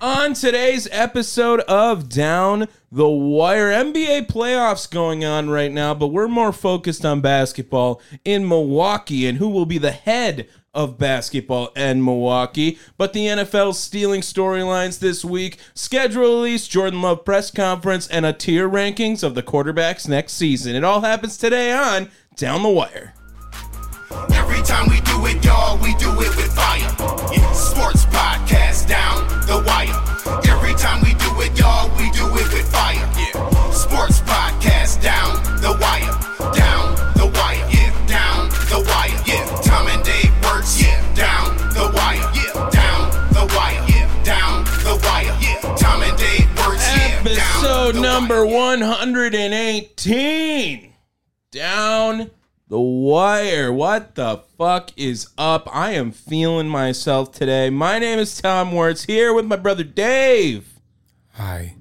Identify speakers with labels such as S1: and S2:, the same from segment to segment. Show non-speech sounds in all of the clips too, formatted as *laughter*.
S1: On today's episode of Down the Wire, NBA playoffs going on right now, but we're more focused on basketball in Milwaukee and who will be the head of basketball in Milwaukee. But the NFL stealing storylines this week, schedule release, Jordan Love press conference, and a tier rankings of the quarterbacks next season. It all happens today on Down the Wire.
S2: Every time we do it, y'all, we do it with fire. Yeah, sports podcast down the wire. Every time we do it, y'all, we do it with fire. Yeah, sports podcast down the wire. Down the wire. Yeah, down the wire. Yeah, Tom and Dave works. Yeah, down the wire. Yeah, down the wire. Yeah, down the wire. Yeah, Tom and Dave works. Yeah, down
S1: Episode
S2: the
S1: number
S2: wire. Yeah.
S1: 118. Down the wire. What the fuck is up? I am feeling myself today. My name is Tom Wertz here with my brother Dave.
S3: Hi.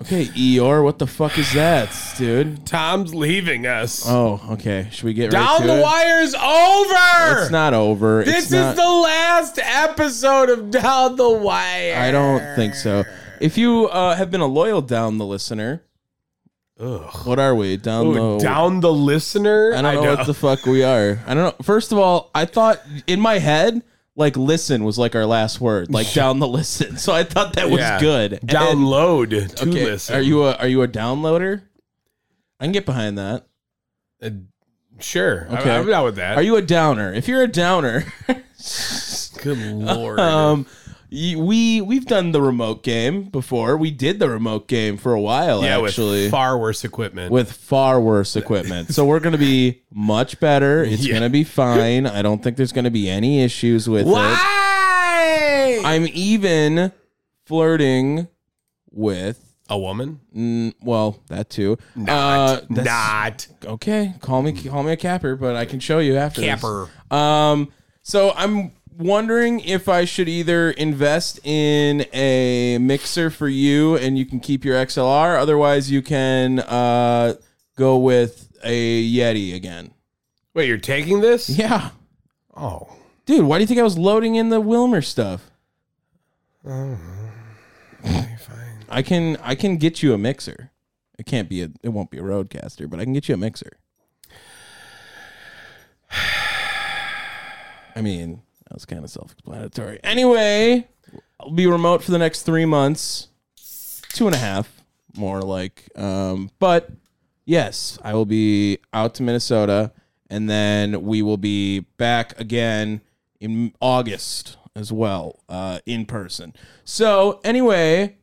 S1: Okay, Eeyore, what the fuck is that, dude?
S3: Tom's leaving us.
S1: Oh, okay. Should we get right
S3: Down
S1: to
S3: the
S1: it?
S3: wire's over.
S1: It's not over.
S3: This
S1: It's
S3: is
S1: not-
S3: the last episode of Down the Wire.
S1: I don't think so. If you uh, have been a loyal down the listener,
S3: Ugh.
S1: what are we? Down
S3: Ooh,
S1: the
S3: down the listener.
S1: I don't know, what the fuck we are. I don't know. First of all, I thought in my head, like listen was like our last word,
S3: *laughs*
S1: like down the listen. So I thought that was
S3: Yeah.
S1: good. And-
S3: Download to
S1: okay,
S3: listen.
S1: Are you a are you a downloader? I can get behind that.
S3: Uh, sure.
S1: Okay.
S3: I, am down with that.
S1: Are you a downer? If you're a
S3: *laughs*
S1: downer, *laughs*
S3: Good lord.
S1: um, y- we we've done the remote game before. We did the remote game for a while,
S3: yeah,
S1: actually.
S3: with far worse equipment.
S1: with far worse equipment. So we're going to be much better. It's
S3: *laughs* Yeah.
S1: going to be fine. I don't think there's going to be any issues with it.
S3: why?
S1: I'm even flirting with
S3: a woman?
S1: mm, well, that too.
S3: *laughs* Not.
S1: Uh, that's-
S3: not.
S1: Okay, call me call me a capper, but I can show you after. this.
S3: Capper.
S1: Um so I'm wondering if I should either invest in a mixer for you and you can keep your XLR, otherwise you can uh go with a Yeti again.
S3: Wait, you're taking this?
S1: Yeah.
S3: Oh.
S1: Dude, why do you think I was loading in the Wilmer stuff?
S3: Fine.
S1: I can I can get you a mixer. It can't be a it won't be a roadcaster, but I can get you a mixer. I mean, that was kind of self-explanatory. Anyway, I'll be remote for the next three months. Two and a half, more like. Um, but yes, I will be out to Minnesota and then we will be back again in August as well, uh, in person. So anyway,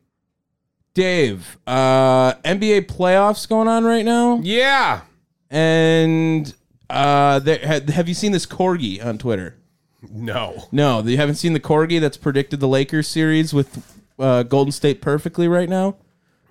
S1: Dave, uh, NBA playoffs going on right now,
S3: Yeah.
S1: and uh, there, ha- have you seen this corgi on Twitter?
S3: No.
S1: No, you haven't seen the corgi that's predicted the Lakers series with uh, Golden State perfectly right now.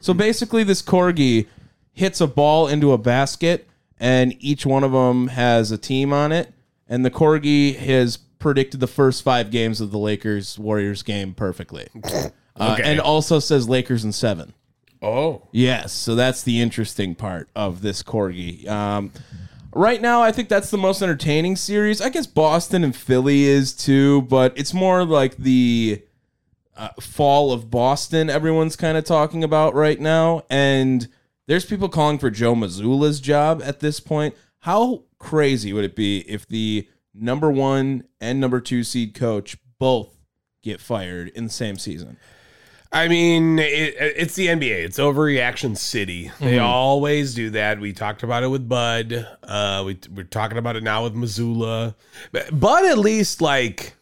S1: So basically, this corgi hits a ball into a basket, and each one of them has a team on it. And the corgi has predicted the first five games of the Lakers Warriors game perfectly, uh,
S3: Okay.
S1: and also says Lakers in seven.
S3: Oh.
S1: Yes, so that's the interesting part of this corgi. Um, right now, I think that's the most entertaining series. I guess Boston and Philly is too, but it's more like the uh, fall of Boston. Everyone's kind of talking about right now, and there's people calling for Joe Missoula's job at this point. How crazy would it be if the number one and number two seed coach both get fired in the same season?
S3: I mean, it, it's the NBA. It's overreaction city. They
S1: Mm-hmm.
S3: always do that. We talked about it with Bud. Uh, we we're talking about it now with Missoula. But Bud at least like,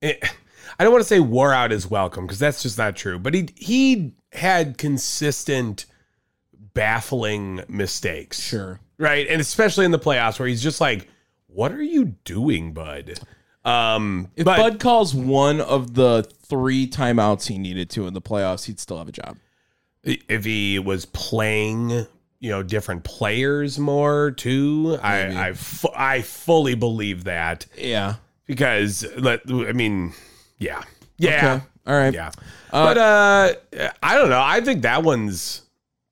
S3: it, I don't want to say wore out his welcome because that's just not true. But he he had consistent baffling mistakes.
S1: Sure.
S3: Right, and especially in the playoffs where he's just like, "What are you doing, Bud?" Um,
S1: If
S3: but
S1: Bud calls one of the three timeouts he needed to in the playoffs, he'd still have a job.
S3: if he was playing, you know, different players more too,
S1: Maybe.
S3: I I, fu- I fully believe that
S1: Yeah.
S3: because let I mean, yeah, yeah,
S1: Okay. All right.
S3: yeah. but uh, I don't know. I think that one's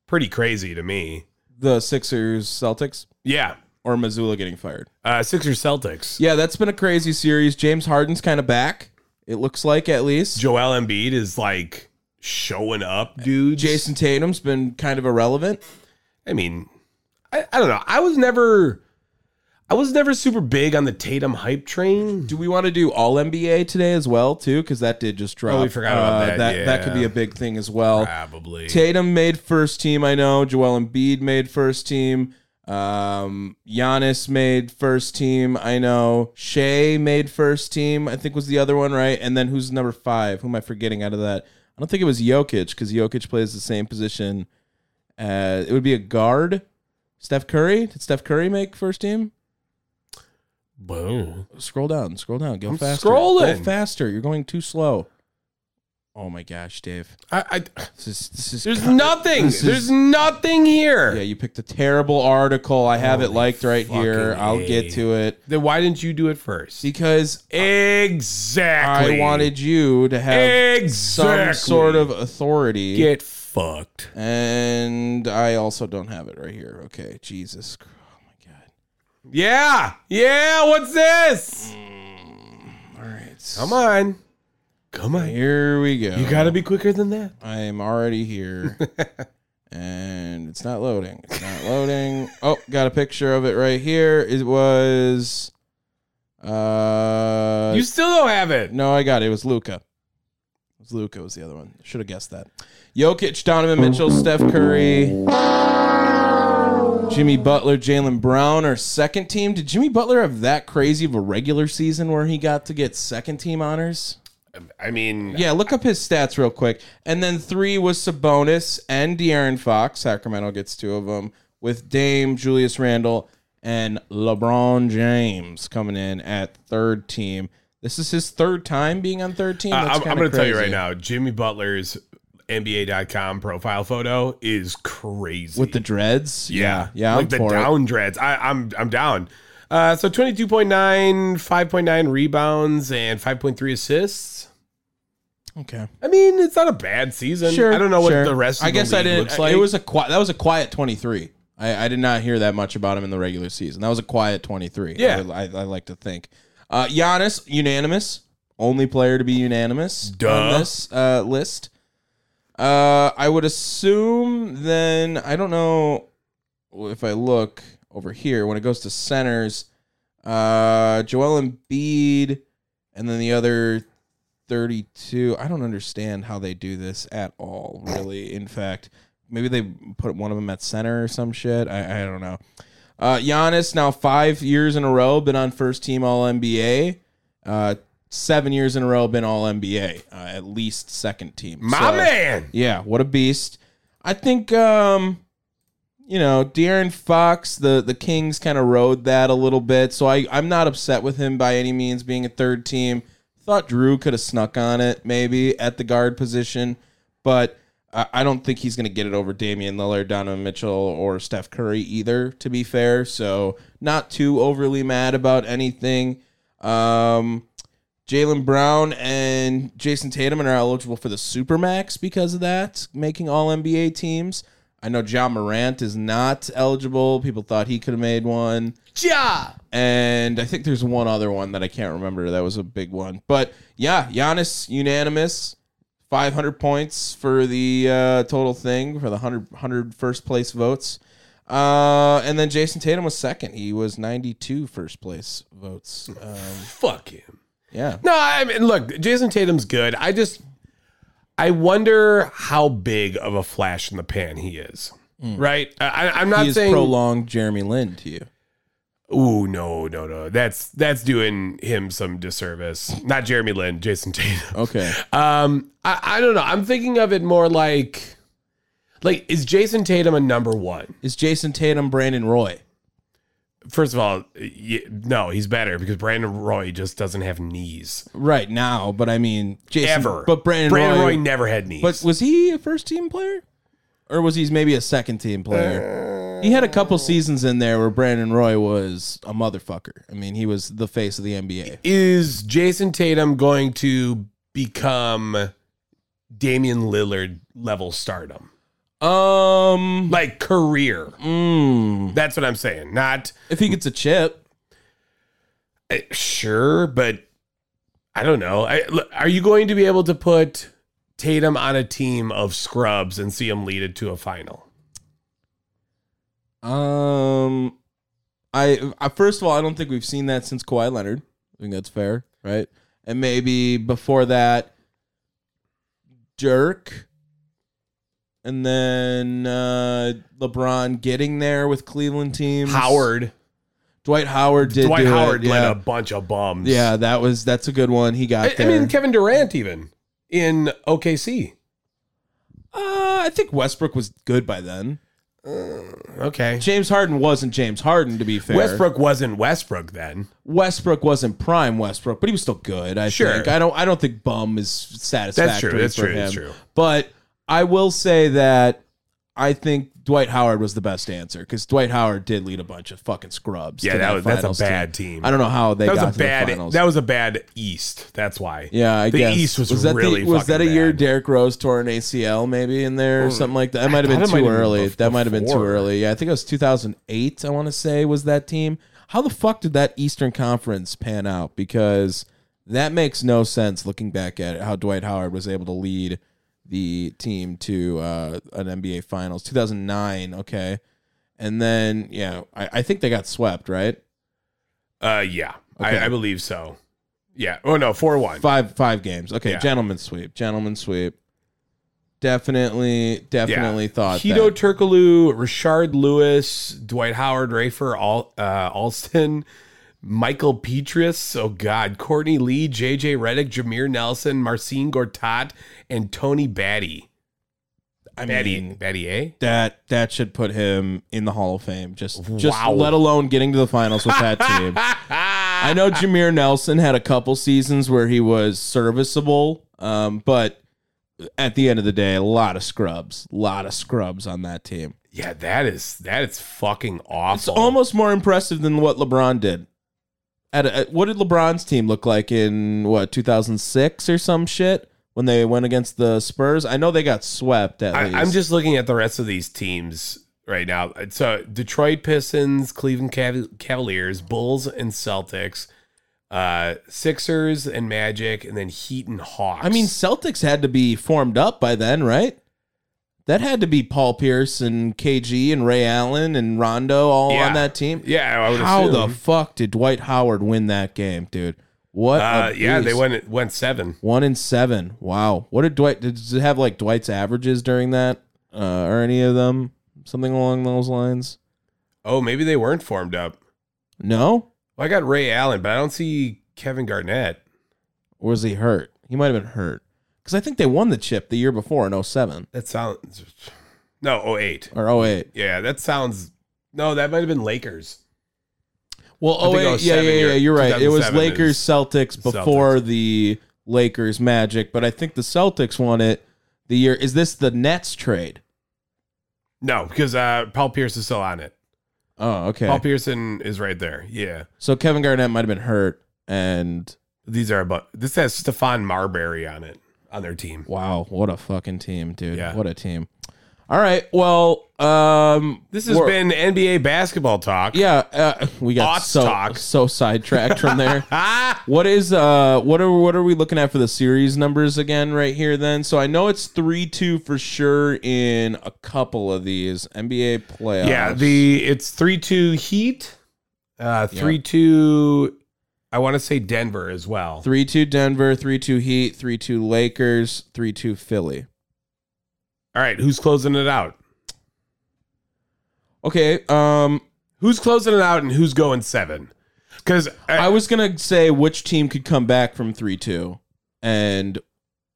S3: pretty crazy to me.
S1: The Sixers, Celtics,
S3: Yeah,
S1: or Missoula getting fired.
S3: uh, Sixers Celtics.
S1: Yeah, that's been a crazy series. James Harden's kind of back. It looks like at least.
S3: Joel Embiid is like showing up, dude.
S1: Jason Tatum's been kind of irrelevant.
S3: I mean, I, I don't know. I was never, I was never super big on the Tatum hype train.
S1: Do we want to do all NBA today as well too? Because that did just drop. Uh,
S3: Oh, we forgot about that,
S1: That, that
S3: yeah.
S1: could be a big thing as well.
S3: Probably.
S1: Tatum made first team. I know. Joel Embiid made first team. Um, Giannis made first team. I know. Shea made first team. I think was the other one, right? And then who's number five? Who am I forgetting out of that? I don't think it was Jokic because Jokic plays the same position. Uh, it would be a guard. Steph Curry. Did Steph Curry make first team?
S3: Boom.
S1: Scroll down. Scroll down. Go
S3: I'm
S1: faster.
S3: scrolling.
S1: Go faster. You're going too slow. Oh my gosh, Dave.
S3: I, I,
S1: This is this is
S3: there's
S1: God.
S3: nothing.
S1: This is-
S3: There's nothing here.
S1: Yeah, you picked a terrible article. I have it
S3: Holy
S1: liked right here.
S3: fucking
S1: I'll
S3: A.
S1: get to it
S3: Then why didn't you do it first?
S1: because
S3: Exactly.
S1: I wanted you to have
S3: exactly.
S1: some sort of authority.
S3: get fucked.
S1: and I also don't have it right here. Okay, Jesus. Christ. Oh my god.
S3: Yeah. Yeah. What's this?
S1: Mm, All right.
S3: Come on. Come on.
S1: Here we go.
S3: You gotta be quicker than that.
S1: I am already
S3: *laughs*
S1: here. and it's not loading. It's not loading. Oh, got a picture of it right here. It was uh
S3: You still don't have it.
S1: No, I got it. It was Luca. It was Luca was the other one. Should have guessed that. Jokic, Donovan Mitchell, Steph Curry, Jimmy Butler, Jalen Brown are second team. Did Jimmy Butler have that crazy of a regular season where he got to get second team honors?
S3: I mean,
S1: Yeah, look up his stats real quick. And then three was Sabonis and De'Aaron Fox. Sacramento gets two of them with Dame, Julius Randle, and LeBron James coming in at third team. This is his third time being on third team.
S3: Uh,
S1: That's
S3: I'm,
S1: kinda
S3: going to tell you right
S1: crazy.
S3: now, Jimmy Butler's NBA.com profile photo is crazy.
S1: With the dreads?
S3: yeah,
S1: Yeah,
S3: like
S1: I'm
S3: the
S1: for it.
S3: down dreads. I, I'm I'm down. Uh, so 22.9, 5.9 rebounds, and 5.3 assists.
S1: Okay.
S3: I mean, it's not a bad season.
S1: Sure.
S3: I don't know what
S1: sure.
S3: the rest. Of
S1: I guess
S3: the
S1: I
S3: league
S1: didn't.
S3: Looks like.
S1: It was a quiet. That was a quiet 23. I, I did not hear that much about him in the regular season. That was a quiet 23.
S3: Yeah.
S1: I, I, I like to think. Uh, Giannis unanimous, only player to be unanimous
S3: Duh.
S1: on this uh, list. Uh, I would assume then. I don't know if I look over here when it goes to centers. Uh, Joel Embiid, and then the other 32. I don't understand how they do this at all, really. In fact, maybe they put one of them at center or some shit. I, I don't know. Uh, Giannis now five years in a row been on first team All NBA. Uh, seven years in a row been All NBA. Uh, at least second team.
S3: my
S1: So-
S3: man.
S1: yeah, what a beast. I think um you know, De'Aaron Fox, the the Kings kind of rode that a little bit. So I I'm not upset with him by any means being a third team. Thought Drew could have snuck on it maybe at the guard position, but I I don't think he's going to get it over Damian Lillard, Donovan Mitchell, or Steph Curry either. To be fair, so not too overly mad about anything. Um, Jalen Brown and Jason Tatum are eligible for the Supermax because of that, making all NBA teams. I know John Morant is not eligible. People thought he could have made one.
S3: Ja.
S1: And I think there's one other one that I can't remember. That was a big one. But yeah, Giannis unanimous. 500 points for the uh, total thing for the 100, 100 first place votes. Uh, and then Jason Tatum was second. He was 92 first place votes. Um,
S3: Fuck him.
S1: yeah.
S3: No, I mean, look, Jason Tatum's good. I just, I wonder how big of a flash in the pan he is. Right? I, I- I'm not
S1: Mm. he is
S3: saying.
S1: prolonged Jeremy Lin to you.
S3: Ooh, no, no, no. That's that's doing him some disservice. Not Jeremy Lin, Jason Tatum. *laughs*
S1: Okay.
S3: Um, I, I don't know. I'm thinking of it more like, like, is Jason Tatum a number one?
S1: Is Jason Tatum Brandon Roy?
S3: First of all, y no, he's better because Brandon Roy just doesn't have knees
S1: right now, but I mean, Jason,
S3: ever.
S1: But Brandon, Roy,
S3: Roy, never had knees.
S1: but was he a first team player, or was he maybe a second team player? he had a
S3: Uh,
S1: couple seasons in there where Brandon Roy was a motherfucker. I mean, he was the face of the NBA.
S3: is Jason Tatum going to become Damian Lillard level stardom?
S1: Um,
S3: Like career.
S1: mm,
S3: That's what I'm saying. Not
S1: if he gets a chip,
S3: uh, sure, but I don't know. I, l- are you going to be able to put Tatum on a team of scrubs and see him lead it to a final?
S1: um, I, I first of all, I don't think we've seen that since Kawhi Leonard. I think that's fair, right? And maybe before that, Dirk, and then uh, LeBron getting there with Cleveland teams.
S3: Howard,
S1: Dwight Howard did.
S3: Dwight
S1: do it,
S3: Howard
S1: yeah.
S3: led a bunch of bums.
S1: Yeah, that was that's a good one. He got
S3: I, I
S1: there.
S3: mean Kevin Durant even in OKC.
S1: uh, I think Westbrook was good by then.
S3: Okay,
S1: James Harden wasn't James Harden to be fair.
S3: Westbrook wasn't Westbrook then.
S1: Westbrook wasn't prime Westbrook, but he was still good. I
S3: Sure.
S1: think. I don't. I don't think bum is satisfactory.
S3: That's
S1: for
S3: true.
S1: Him.
S3: That's true.
S1: But I will say that I think Dwight Howard was the best answer because Dwight Howard did lead a bunch of fucking scrubs.
S3: Yeah,
S1: to
S3: that was that's
S1: finals
S3: a bad team.
S1: I don't know how they
S3: that was
S1: got
S3: a
S1: to
S3: bad.
S1: the finals.
S3: That was a bad East. That's why.
S1: yeah, I
S3: the
S1: guess
S3: East was,
S1: that
S3: really.
S1: the, was that a
S3: fucking
S1: year
S3: bad. Mm.
S1: Derrick Rose tore an ACL maybe in there or something like that. That might have
S3: thought
S1: been
S3: it might
S1: too
S3: have been
S1: early.
S3: bef-
S1: that might have been too
S3: before.
S1: early. Yeah, I think it was 2008. I want to say was that team. How the fuck did that Eastern Conference pan out? Because that makes no sense looking back at it. How Dwight Howard was able to lead the team to uh, an NBA Finals 2009. Okay, and then yeah, I, I think they got swept right
S3: Uh, yeah,
S1: Okay.
S3: I, I believe so. Yeah. Oh no, four one.
S1: five five games. Okay,
S3: Yeah.
S1: gentlemen sweep, gentlemen sweep. Definitely, definitely thought
S3: Hito
S1: that.
S3: Turkoglu, Richard Lewis, Dwight Howard, Rafer Al, uh, Alston, Michael Petrus, oh God, Courtney Lee, JJ Reddick, Jameer Nelson, Marcin Gortat, and Tony Batty.
S1: I
S3: Batty,
S1: mean,
S3: Batty, eh?
S1: that that should put him in the Hall of Fame. Just, just
S3: Wow.
S1: let alone getting to the finals with
S3: *laughs*
S1: that team. I know Jameer Nelson had a couple seasons where he was serviceable, um, but at the end of the day, a lot of scrubs, a lot of scrubs on that team.
S3: Yeah, that is that is fucking awful.
S1: It's almost more impressive than what LeBron did. At, at what did LeBron's team look like in what 2006 or some shit when they went against the Spurs? I know they got swept at least.
S3: I, I'm just looking at the rest of these teams right now. So Detroit Pistons, Cleveland Cav- Cavaliers, Bulls and Celtics, uh, Sixers and Magic, and then Heat and Hawks.
S1: I mean, Celtics had to be formed up by then, right? That had to be Paul Pierce and KG and Ray Allen and Rondo all
S3: Yeah.
S1: on that team.
S3: yeah, I would
S1: How the
S3: assume.
S1: fuck did Dwight Howard win that game, dude? What?
S3: uh,
S1: a
S3: yeah, they
S1: beast.
S3: went went seven.
S1: One in seven. Wow. What did Dwight? Did it have like Dwight's averages during that, uh, or any of them? Something along those lines.
S3: Oh, maybe they weren't formed up.
S1: No,
S3: Well, I got Ray Allen, but I don't see Kevin Garnett.
S1: or was he hurt? He might have been hurt because I think they won the chip the year before in 07
S3: That sounds no oh eight.
S1: or 08.
S3: Yeah, that sounds no. That might have been Lakers.
S1: Well,
S3: I
S1: 08,
S3: think
S1: yeah,
S3: 07,
S1: yeah, yeah,
S3: you're-
S1: oh you're right. It was
S3: 2007 is
S1: Lakers Celtics before the Lakers Magic, but I think the Celtics won it the year. Is this the Nets trade?
S3: No, because uh, Paul Pierce is still on it.
S1: Oh, okay.
S3: Paul Pearson is right there. Yeah.
S1: so Kevin Garnett might have been hurt, and
S3: These are about this has Stefan Marbury on it on their team.
S1: wow, what a fucking team, dude!
S3: Yeah.
S1: What a team. All right, well, um,
S3: This has
S1: we're-
S3: been NBA basketball talk.
S1: yeah, uh, we got
S3: Thoughts
S1: so
S3: talk.
S1: so sidetracked from
S3: *laughs*
S1: there.
S3: Ah,
S1: What is uh what are what are we looking at for the series numbers again right here then? So I know it's 3-2 for sure in a couple of these NBA playoffs.
S3: yeah. The it's three two Heat, uh, three two. I want to say Denver as well.
S1: 3-2 Denver, 3-2 Heat, 3-2 Lakers, 3-2 Philly.
S3: All right, who's closing it out?
S1: Okay, um
S3: Who's closing it out and who's going seven? uh, Because
S1: I
S3: I,
S1: was going to say which team could come back from 3-2 and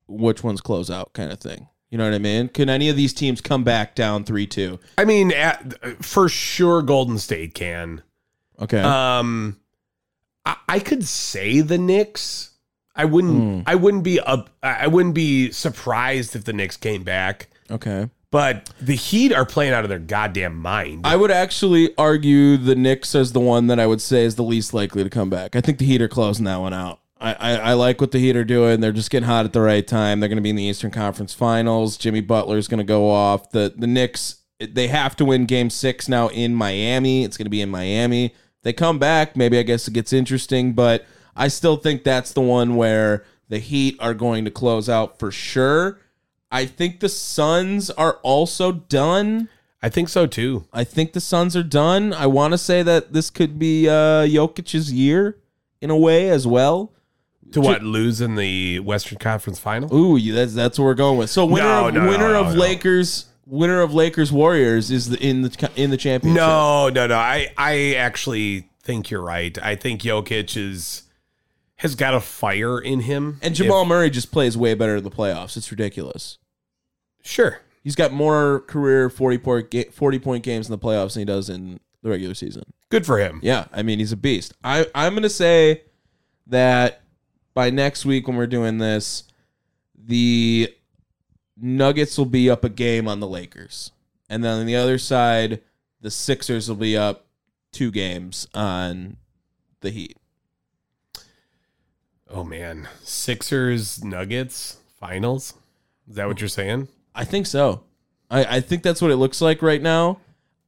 S1: which one's close out kind of thing. You know what I mean? Can any of these teams come back down 3-2?
S3: uh, I mean, at, for sure, Golden State can.
S1: Okay.
S3: Um, I, I could say the Knicks. I
S1: Hmm.
S3: wouldn't. I wouldn't be up. I I wouldn't be surprised if the Knicks came back.
S1: okay.
S3: But the Heat are playing out of their goddamn mind.
S1: I would actually argue the Knicks as the one that I would say is the least likely to come back. I think the Heat are closing that one out. I, I, I like what the Heat are doing. They're just getting hot at the right time. They're going to be in the Eastern Conference Finals. Jimmy Butler is going to go off. The the Knicks they have to win Game Six now in Miami. It's going to be in Miami. They come back. Maybe I guess it gets interesting, but I still think that's the one where the Heat are going to close out for sure. I think the Suns are also done.
S3: I think so too.
S1: I think the Suns are done. I want to say that this could be uh, Jokic's year in a way as well.
S3: To what? Lose in the Western Conference Final?
S1: Ooh, you- that's that's what we're going with. So winner
S3: No,
S1: of,
S3: no, no,
S1: winner
S3: no,
S1: of
S3: no.
S1: Lakers winner of Lakers Warriors is the, in the in the championship.
S3: No, no, no. I, I actually think you're right. I think Jokic is has got a fire in him.
S1: and Jamal Murray just plays way better in the playoffs. It's ridiculous.
S3: If- sure.
S1: He's got more career forty point ga- forty point games in the playoffs than he does in the regular season.
S3: Good for him.
S1: Yeah, I mean he's a beast. I I'm gonna say that by next week when we're doing this, the Nuggets will be up a game on the Lakers, and then on the other side, the Sixers will be up two games on the Heat.
S3: Oh man. Sixers Nuggets finals. Is that what you're saying?
S1: I think so. I, I think that's what it looks like right now.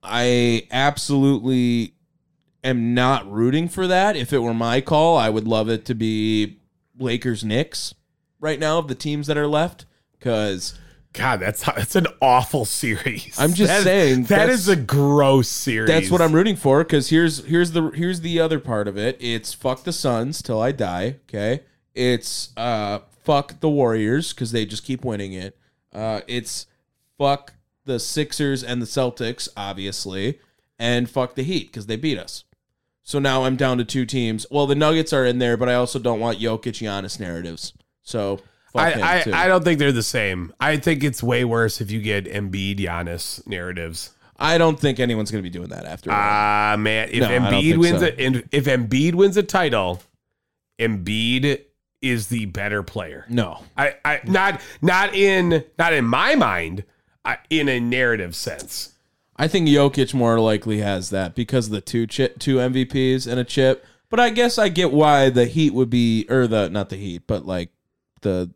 S1: I absolutely am not rooting for that. If it were my call, I would love it to be Lakers Knicks right now of the teams that are left. Cause
S3: God, that's that's an awful series.
S1: I'm just
S3: That-
S1: saying,
S3: that
S1: that's-
S3: is a gross series.
S1: that's what I'm rooting for. Cause here's here's the here's the other part of it. It's fuck the Suns till I die. Okay. It's uh fuck the Warriors because they just keep winning it. Uh it's fuck the Sixers and the Celtics, obviously, and fuck the Heat because they beat us. So now I'm down to two teams. Well, the Nuggets are in there, but I also don't want Jokic Giannis narratives. So fuck him
S3: I,
S1: too.
S3: I, I don't think they're the same. I think it's way worse if you get Embiid Giannis narratives.
S1: I don't think anyone's gonna be doing that after.
S3: Ah man, if
S1: No, I don't
S3: Embiid
S1: think
S3: wins
S1: so.
S3: it, and if Embiid wins a title, Embiid is the better player.
S1: no,
S3: I, I not not in not in my mind, I, in a narrative sense.
S1: I think Jokic more likely has that because of the two chip, two MVPs and a chip. But I guess I get why the Heat would be, or the not the Heat, but like the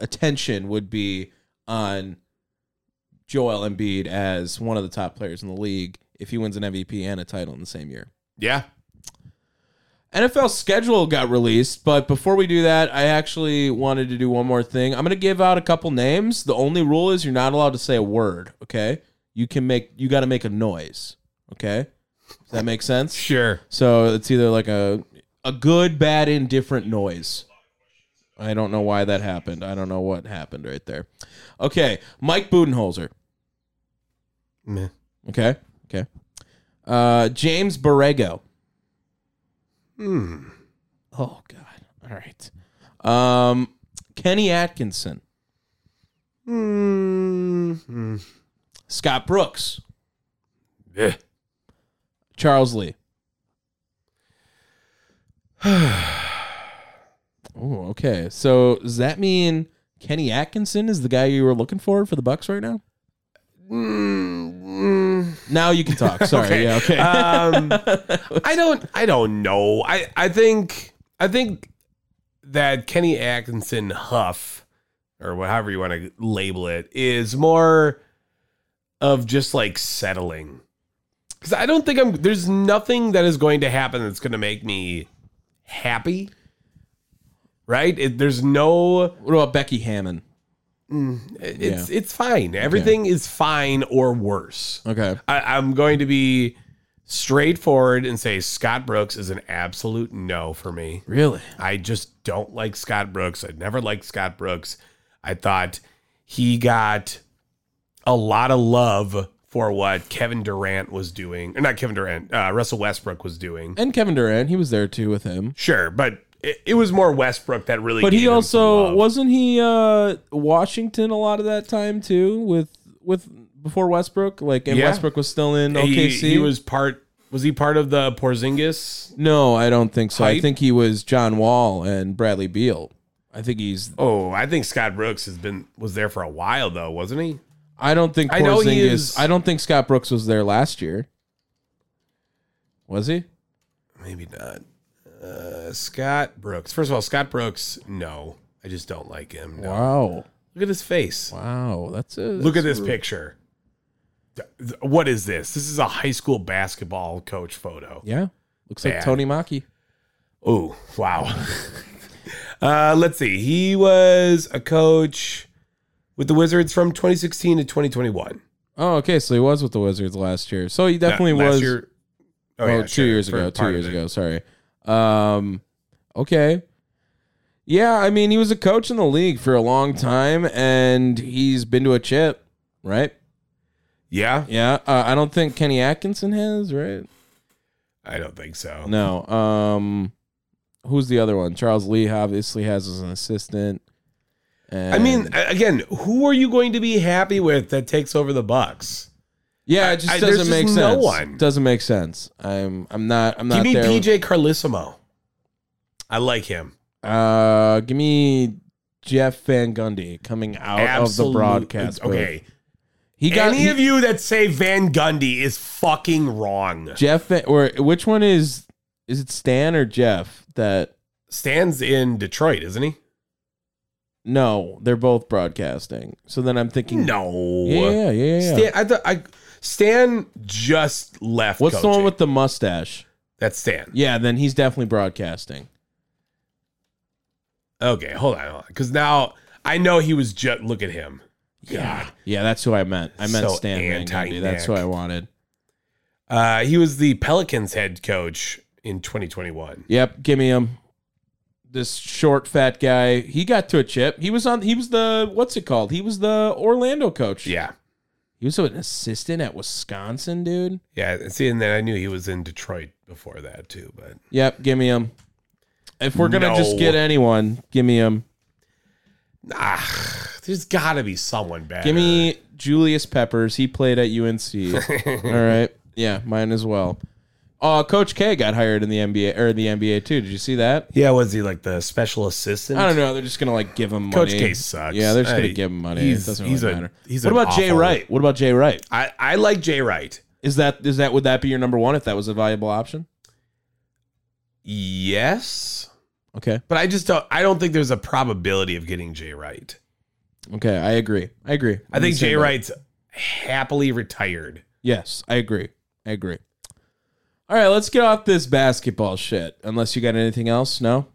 S1: attention would be on Joel Embiid as one of the top players in the league if he wins an MVP and a title in the same year.
S3: Yeah.
S1: NFL schedule got released, but before we do that, I actually wanted to do one more thing. I'm going to give out a couple names. The only rule is you're not allowed to say a word, okay? You can make you got to make a noise, okay? Does that make sense?
S3: Sure.
S1: So, it's either like a a good, bad, indifferent noise. I don't know why that happened. I don't know what happened right there. Okay, Mike Budenholzer.
S3: Meh.
S1: Okay? Okay. Uh James Borrego.
S3: Hmm.
S1: Oh God! All right. Um, Kenny Atkinson,
S3: Hmm. Hmm.
S1: Scott Brooks,
S3: Eh.
S1: Charles *sighs* Lee. oh, okay. So does that mean Kenny Atkinson is the guy you were looking for for the Bucks right now?
S3: Hmm.
S1: Now you can *laughs* talk. Sorry. Yeah. Okay. Uh,
S3: um, I don't. I don't know. I. I think. I think that Kenny Atkinson Huff, or whatever you want to label it, is more of just like settling. Because I don't think I'm. There's nothing that is going to happen that's going to make me happy. Right? It, there's no.
S1: what about Becky Hammond?
S3: It's. It's fine. Everything is fine or worse.
S1: Okay.
S3: I, I'm going to be straightforward and say Scott Brooks is an absolute no for me.
S1: Really?
S3: I just don't like Scott Brooks. I never liked Scott Brooks. I thought he got a lot of love for what Kevin Durant was doing, or not Kevin Durant, uh, Russell Westbrook was doing.
S1: And Kevin Durant, he was there too with him.
S3: Sure, but it, it was more Westbrook that really.
S1: But
S3: gave
S1: he
S3: him some
S1: also
S3: love.
S1: wasn't he uh Washington a lot of that time too with with before Westbrook like and
S3: Yeah.
S1: Westbrook was still in OKC.
S3: He, he was part Was he part of the Porzingis?
S1: No, I don't think so. I
S3: Hype?
S1: think he was John Wall and Bradley Beal. I think he's.
S3: Oh, I think Scott Brooks has been was there for a while though, wasn't he?
S1: I don't think Porzingis. I,
S3: I know he is-
S1: don't think Scott Brooks was there last year. Was he?
S3: Maybe not. Uh, Scott Brooks. First of all, Scott Brooks. No, I just don't like him. No.
S1: Wow,
S3: Look at his face.
S1: wow, that's a
S3: Look at this picture. Th- th- What is this? This is a high school basketball coach photo.
S1: Yeah, looks
S3: Bad.
S1: like Tony Maki.
S3: Oh, wow. *laughs* uh, let's see. He was a coach with the Wizards from 2016 to 2021.
S1: Oh, okay, so he was with the Wizards last year. So he definitely
S3: Last
S1: was.
S3: year-
S1: Oh,
S3: yeah,
S1: two
S3: sure,
S1: years
S3: for
S1: ago. Two
S3: part of
S1: years
S3: it.
S1: ago. Sorry. Um, okay. Yeah, I mean, he was a coach in the league for a long time, and he's been to a chip, right?
S3: Yeah,
S1: Yeah, uh, I don't think Kenny Atkinson has, right?
S3: I don't think so.
S1: No. Um, who's the other one? Charles Lee obviously has as an assistant.
S3: I mean,
S1: And-
S3: a- again, who are you going to be happy with that takes over the Bucks?
S1: yeah, it just
S3: I- there's
S1: doesn't
S3: just
S1: make
S3: no
S1: sense.
S3: one.
S1: Doesn't make sense. I'm, I'm not, I'm
S3: Give
S1: not
S3: me
S1: there.
S3: PJ Carlissimo. I like him.
S1: Uh, give me Jeff Van Gundy coming out of
S3: Absolute-
S1: the broadcast. booth.
S3: Okay.
S1: He got
S3: Any
S1: he-
S3: of you that say Van Gundy is fucking wrong.
S1: Jeff Van- or which one is is it Stan or Jeff that
S3: Stands in Detroit, isn't he?
S1: no, they're both broadcasting. So then I'm thinking
S3: No.
S1: Yeah, yeah, yeah. yeah.
S3: Stan, I thought I Stan just left.
S1: What's the one
S3: coaching.
S1: with the mustache?
S3: that's Stan?
S1: Yeah, then he's definitely broadcasting.
S3: Okay, hold on, hold on, because now I know he was just look at him. God.
S1: Yeah, that's who I meant. I meant
S3: So
S1: Stan Van Gundy. That's who
S3: anti-Nick.
S1: I wanted.
S3: Uh, he was the Pelicans head coach in 2021.
S1: Yep, give me him. This short fat guy. He got to a chip. He was on he was the what's it called? He was the Orlando coach.
S3: Yeah,
S1: He was an assistant at Wisconsin, dude.
S3: yeah. See, and then I knew he was in Detroit before that too. But
S1: Yep, give me him. If we're gonna just
S3: No.
S1: get anyone, give me him.
S3: ah, there's got to be someone better.
S1: Give me Julius Peppers. He played at
S3: *laughs*
S1: UNC. All right. Yeah, mine as well. Uh, Coach K got hired in the NBA or the NBA too. Did you see that?
S3: Yeah, was he like the special assistant?
S1: I don't know. They're just gonna like give him money.
S3: Coach K sucks.
S1: Yeah, they're just gonna
S3: Hey,
S1: give him money.
S3: he's-
S1: it doesn't
S3: he's
S1: really
S3: a-
S1: matter.
S3: he's
S1: what
S3: an
S1: about Jay
S3: awful-
S1: Wright? What about Jay Wright?
S3: I I like Jay Wright.
S1: Is that is that would that be your number one if that was a viable option?
S3: Yes,
S1: Okay.
S3: but I just don't. I don't think there's a probability of getting Jay Wright.
S1: Okay, I agree. I agree.
S3: I think Jay
S1: Wright.
S3: Wright's happily retired.
S1: Yes, I agree. I agree. All right, let's get off this basketball shit. Unless you got anything else? No?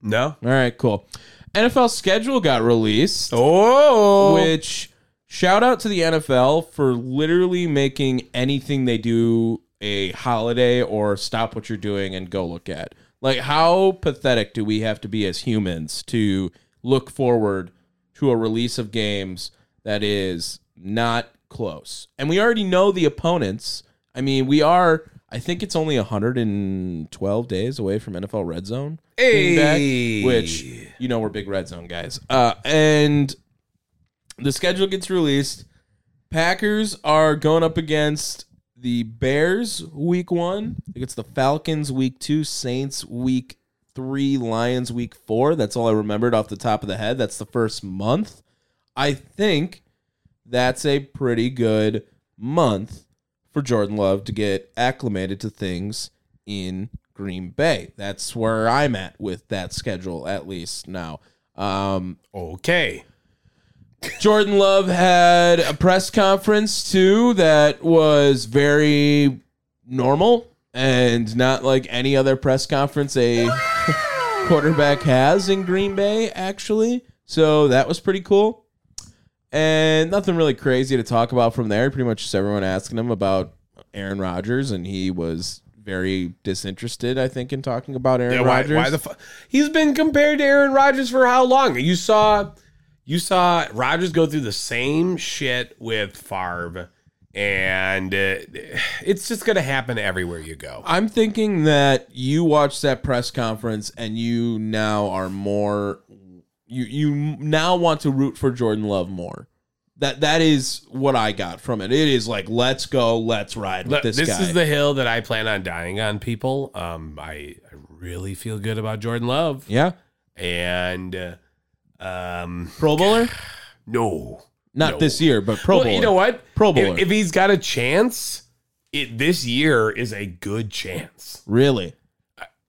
S3: No.
S1: All right, cool. NFL schedule got released,
S3: Oh,
S1: which shout out to the NFL for literally making anything they do a holiday or stop what you're doing and go look at. Like, how pathetic do we have to be as humans to look forward to a release of games that is not close? And we already know the opponents. I mean, we are. I think it's only 112 days away from NFL Red Zone being back,
S3: Hey.
S1: which you know we're big Red Zone guys. Uh, and the schedule gets released. Packers are going up against the Bears week one. I think it's the Falcons week two, Saints week three, Lions week four. That's all I remembered off the top of the head. That's the first month. I think that's a pretty good month for Jordan Love to get acclimated to things in Green Bay. That's where I'm at with that schedule, at least now. Um,
S3: okay.
S1: Jordan Love had a press conference too that was very normal and not like any other press conference a *laughs* quarterback has in Green Bay, actually. So that was pretty cool. And nothing really crazy to talk about from there. Pretty much just everyone asking him about Aaron Rodgers, and he was very disinterested, I think, in talking about Aaron
S3: Yeah, why,
S1: Rodgers.
S3: why the fu- he's been compared to Aaron Rodgers for how long? You saw you saw Rodgers go through the same shit with Favre, and uh, it's just gonna happen everywhere you go.
S1: I'm thinking that you watched that press conference and you now are more you you now want to root for Jordan Love more That that is what I got from it. It is like let's go, let's ride with
S3: Look,
S1: this,
S3: this
S1: guy.
S3: is the hill that I plan on dying on, people. Um, I, I really feel good about Jordan Love.
S1: yeah,
S3: And, uh, um,
S1: Pro Bowler.
S3: no.
S1: Not
S3: No.
S1: this year, but Pro
S3: well,
S1: Bowler.
S3: you know what?
S1: Pro Bowler.
S3: If, if he's got a chance, it, this year is a good chance.
S1: really?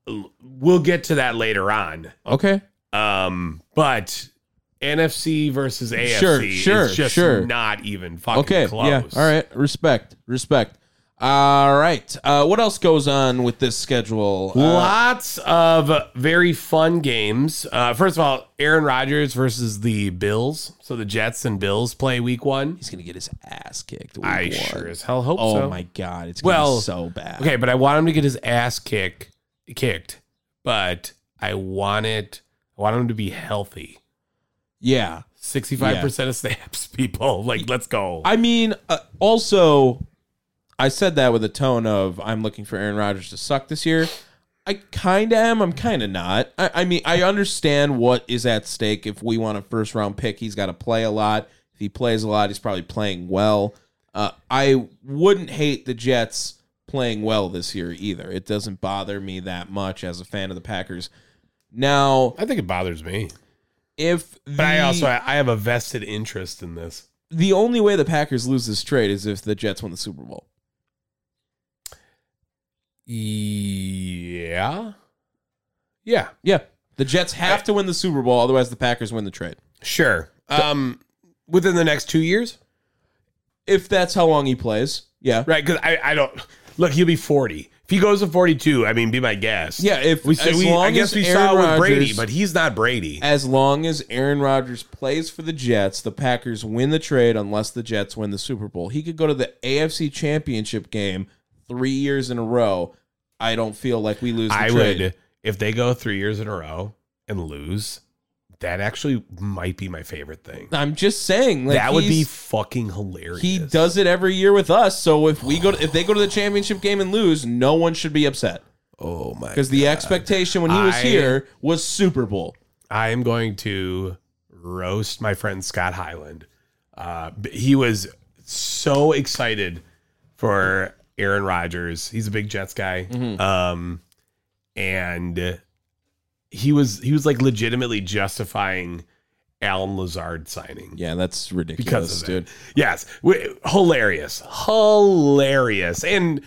S3: L- We'll get to that later on.
S1: Okay.
S3: Um, but NFC versus AFC
S1: Sure, sure,
S3: is just
S1: sure.
S3: not even fucking
S1: Okay.
S3: close.
S1: Yeah. All right. Respect. Respect. All right. Uh, what else goes on with this schedule? Uh,
S3: Lots of very fun games. Uh, first of all, Aaron Rodgers versus the Bills. So the Jets and Bills play week one.
S1: he's gonna get his ass kicked. week
S3: I
S1: one.
S3: sure as hell hope
S1: Oh
S3: so.
S1: my god, it's gonna
S3: Well,
S1: be so bad.
S3: Okay, but I want him to get his ass kick, kicked, but I want it. I want him to be healthy.
S1: Yeah.
S3: Sixty-five percent of snaps, *laughs* people. Like, let's go.
S1: I mean, uh, also, I said that with a tone of I'm looking for Aaron Rodgers to suck this year. I kind of am. I'm kind of not. I, I mean, I understand what is at stake. If we want a first round pick, he's got to play a lot. If he plays a lot, he's probably playing well. Uh, I wouldn't hate the Jets playing well this year either. It doesn't bother me that much as a fan of the Packers. Now,
S3: I think it bothers me,
S1: if
S3: but I also I have a vested interest in this.
S1: the only way the Packers lose this trade is if the Jets win the Super Bowl.
S3: Yeah, yeah,
S1: Yeah. The Jets have to win the Super Bowl, otherwise the Packers win the trade.
S3: sure. Um, within the next two years,
S1: If that's how long he plays. Yeah.
S3: right? Because I, I don't look. He'll be forty if he goes to forty-two. I mean, be my guest.
S1: Yeah, if
S3: we, as
S1: as long
S3: I guess
S1: as
S3: we saw
S1: Aaron
S3: with Brady,
S1: Rodgers-
S3: but he's not Brady.
S1: As long as Aaron Rodgers plays for the Jets, the Packers win the trade unless the Jets win the Super Bowl. He could go to the AFC Championship game 3 years in a row. I don't feel like we lose the
S3: I
S1: trade.
S3: would if they go three years in a row and lose. That actually might be my favorite thing.
S1: I'm just saying like,
S3: that would be
S1: he's-
S3: fucking hilarious.
S1: he does it every year with us. So if we go to, if they go to the championship game and lose, no one should be upset.
S3: Oh my!
S1: Because the expectation when he was
S3: I-
S1: here was Super Bowl.
S3: I am going to roast my friend Scott Highland. Uh, b- he was so excited for Aaron Rodgers. He's a big Jets guy, um, and he was he was like legitimately justifying Alan Lazard signing.
S1: Yeah, that's ridiculous,
S3: because of
S1: dude.
S3: dude. Yes, Wi- hilarious, hilarious, and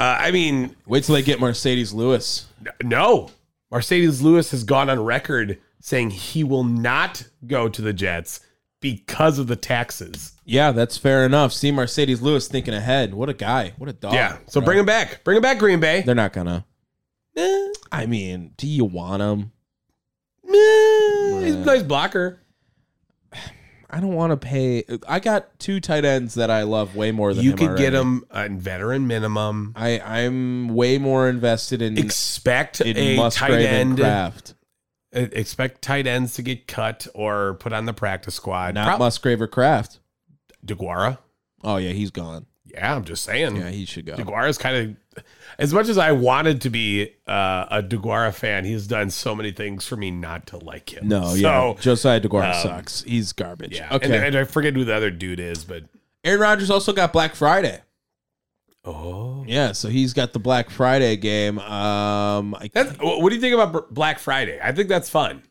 S3: uh, I mean,
S1: Wait till they get Mercedes Lewis.
S3: n- no, Mercedes Lewis has gone on record saying he will not go to the Jets because of the taxes.
S1: Yeah, that's fair enough. See Mercedes Lewis thinking ahead. What a guy. What a dog.
S3: yeah, so
S1: bro.
S3: bring him back, bring him back, Green Bay.
S1: They're not gonna. Eh, I mean, do you want him?
S3: Meh, He's a nice blocker.
S1: I don't want to pay. I got two tight ends that I love way more than
S3: You
S1: him
S3: could get
S1: already.
S3: him a veteran minimum.
S1: I I'm way more invested in
S3: Expect
S1: in
S3: a tight
S1: Musgrave and
S3: end. Uh,
S1: Kraft,
S3: Expect tight ends to get cut or put on the practice squad.
S1: not
S3: Prob-
S1: Musgrave or Kraft.
S3: DeGuara.
S1: Oh yeah, he's gone.
S3: Yeah, I'm just saying.
S1: Yeah, he should go.
S3: DeGuara's kind of, as much as I wanted to be uh, a DeGuara fan, he's done so many things for me not to like him.
S1: No,
S3: so,
S1: yeah. Josiah DeGuara
S3: um,
S1: sucks. He's garbage.
S3: yeah.
S1: Okay.
S3: And, and I forget who the other dude is, but
S1: Aaron Rodgers also got Black Friday.
S3: oh,
S1: Yeah, so he's got the Black Friday game. Um, I,
S3: that's, wh- what do you think about Br- Black Friday? I think that's fun.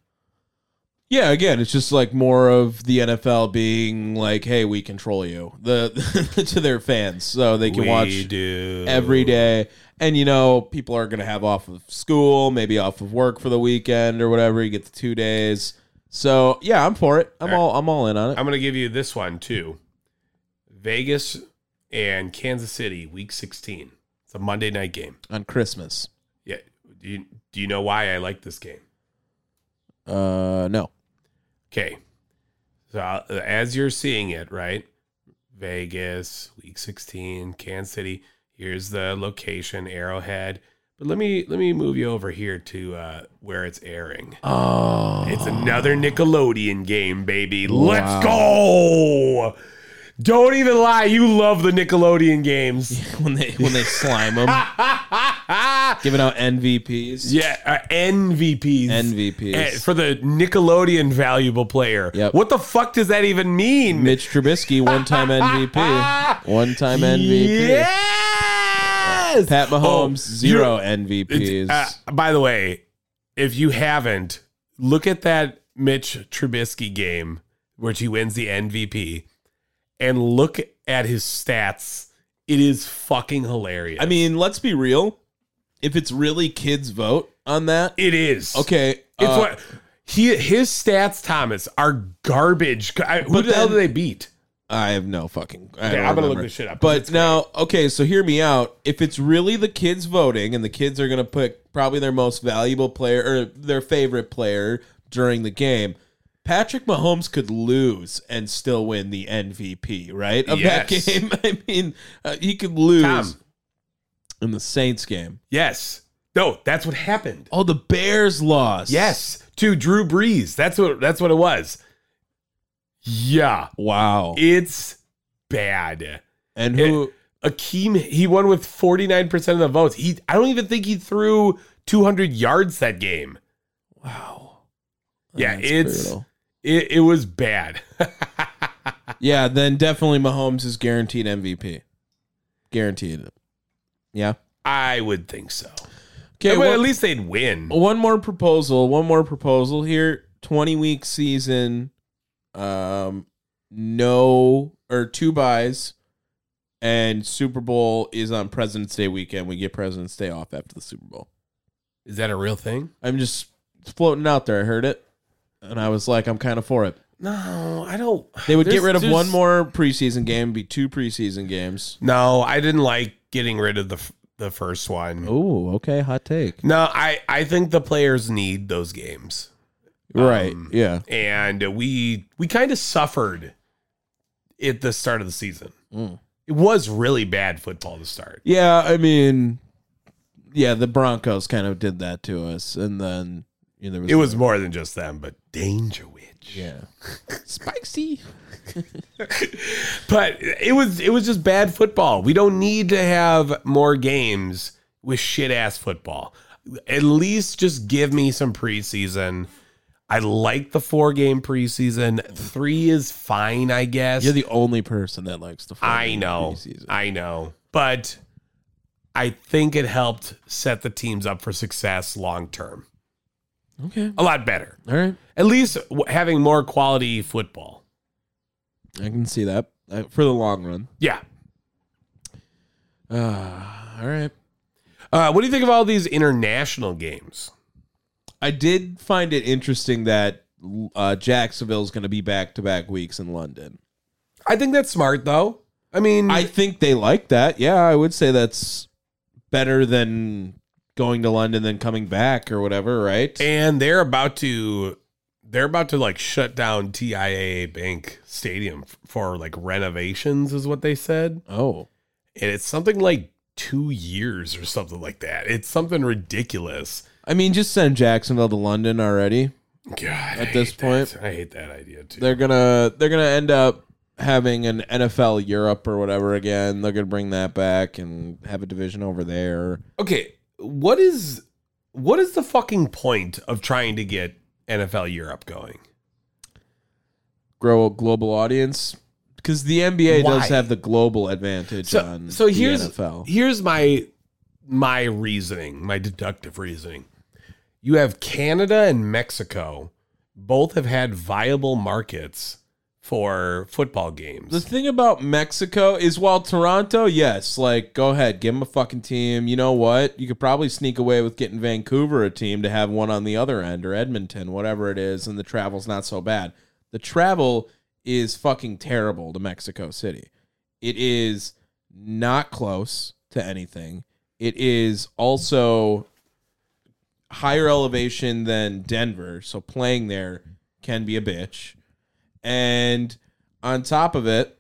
S1: yeah, again, it's just like more of the NFL being like, "Hey, we control you," the *laughs* to their fans, so they can
S3: We
S1: watch
S3: do
S1: every day. And you know, people are gonna have off of school, maybe off of work for the weekend or whatever. You get the two days. So yeah, I'm for it. I'm all, I'm all in on it.
S3: I'm gonna give you this one too. Vegas and Kansas City, Week 16. It's a Monday night game.
S1: on Christmas.
S3: Yeah. Do you, do you know why I like this game?
S1: Uh, no.
S3: Okay. So uh, as you're seeing it, right? Vegas, week 16, Kansas City. Here's the location, Arrowhead. But let me let me move you over here to uh, where it's airing.
S1: Oh, Ah.
S3: It's another Nickelodeon game, baby. Let's
S1: Wow.
S3: go. Don't even lie. You love the Nickelodeon games.
S1: *laughs* when they when they slime them,
S3: *laughs*
S1: giving out MVPs.
S3: Yeah, uh, NVPs.
S1: NVPs.
S3: Eh, for the Nickelodeon valuable player.
S1: Yep.
S3: What the fuck does that even mean?
S1: Mitch Trubisky, one
S3: *laughs*
S1: time MVP, one time MVP.
S3: Yes.
S1: Pat Mahomes,
S3: Oh,
S1: zero
S3: you're-
S1: MVPs.
S3: uh, by the way, if you haven't, look at that Mitch Trubisky game where he wins the MVP, and look at his stats. It is fucking hilarious.
S1: I mean, let's be real. If it's really kids vote on that,
S3: it is
S1: okay.
S3: It's
S1: uh,
S3: what he his stats, Thomas, are garbage. I, who
S1: But
S3: the hell
S1: then-
S3: do they beat?
S1: I have no fucking. I
S3: Okay,
S1: don't
S3: I'm gonna look
S1: remember.
S3: this shit up, 'cause
S1: But
S3: it's
S1: now, okay, so hear me out. If it's really the kids voting, and the kids are gonna pick probably their most valuable player or their favorite player during the game, Patrick Mahomes could lose and still win the MVP, right? Of
S3: Yes.
S1: that *laughs* game. I mean, uh, he could lose
S3: Tom.
S1: in the Saints game.
S3: Yes. No, that's what happened.
S1: Oh, the Bears lost.
S3: Yes, to Drew Brees. That's what that's what it was. Yeah,
S1: Wow.
S3: it's bad.
S1: and who?
S3: Akeem, he won with 49% of the votes. He I don't even think he threw 200 yards that game.
S1: wow.
S3: Yeah,
S1: That's
S3: it's-
S1: brutal.
S3: It, it was bad. *laughs*
S1: Yeah, then definitely Mahomes is guaranteed MVP. Guaranteed. Yeah.
S3: I would think so.
S1: Okay.
S3: but at
S1: One,
S3: least they'd win.
S1: one more proposal. One more proposal here. Twenty week season. Um, no or two buys, and Super Bowl is on President's Day weekend. We get President's Day off after the Super Bowl.
S3: Is that a real thing?
S1: I'm just floating out there. I heard it, and I was like, I'm kind of for it.
S3: No, I don't.
S1: They would
S3: There's-
S1: get rid of
S3: there's-
S1: one more preseason game, be two preseason games.
S3: No, I didn't like getting rid of the f- the first one.
S1: Oh, okay, hot take.
S3: No, I I think the players need those games,
S1: Right?
S3: Um,
S1: yeah.
S3: and we we kind of suffered at the start of the season.
S1: Mm.
S3: It was really bad football to start.
S1: Yeah, I mean, yeah, the Broncos kind of did that to us, and then you know, there was
S3: It was more than just them, but Danger Witch.
S1: *laughs* yeah,
S3: *laughs*
S1: spicy.
S3: But it was it was just bad football. We don't need to have more games with shit ass football. At least just give me some preseason. I like the four game preseason. Three is fine, I guess.
S1: You're the only person that likes the.
S3: I
S1: fucking
S3: know.
S1: preseason.
S3: I know. But I think it helped set the teams up for success long term.
S1: okay,
S3: A lot better.
S1: all right,
S3: At least w- having more quality football.
S1: I can see that uh, for the long run.
S3: Yeah.
S1: Uh, all right,
S3: Uh, what do you think of all these international games?
S1: I did find it interesting that uh, Jacksonville's going to be back to back weeks in London.
S3: I think that's smart, though. I mean,
S1: I think they like that. Yeah, I would say that's better than going to London then coming back or whatever, right?
S3: and they're about to they're about to like shut down TIAA Bank Stadium f- for like renovations, is what they said.
S1: oh.
S3: and it's something like two years or something like that. It's something ridiculous.
S1: I mean, just send Jacksonville to London already.
S3: God, at
S1: this point-
S3: I hate that idea too.
S1: They're gonna they're gonna end up having an NFL Europe or whatever again. They're gonna bring that back and have a division over there.
S3: Okay, what is what is the fucking point of trying to get NFL Europe going?
S1: Grow a global audience because the NBA
S3: Why?
S1: does have the global advantage
S3: So,
S1: on
S3: so here's
S1: the NFL.
S3: here's my my reasoning, my deductive reasoning. You have Canada and Mexico both have had viable markets for football games.
S1: The thing about Mexico is while Toronto, yes, like go ahead, give them a fucking team. You know what? You could probably sneak away with getting Vancouver a team to have one on the other end or Edmonton, whatever it is, and the travel's not so bad. The travel is fucking terrible to Mexico City. It is not close to anything. It is also higher elevation than Denver, so playing there can be a bitch. And on top of it,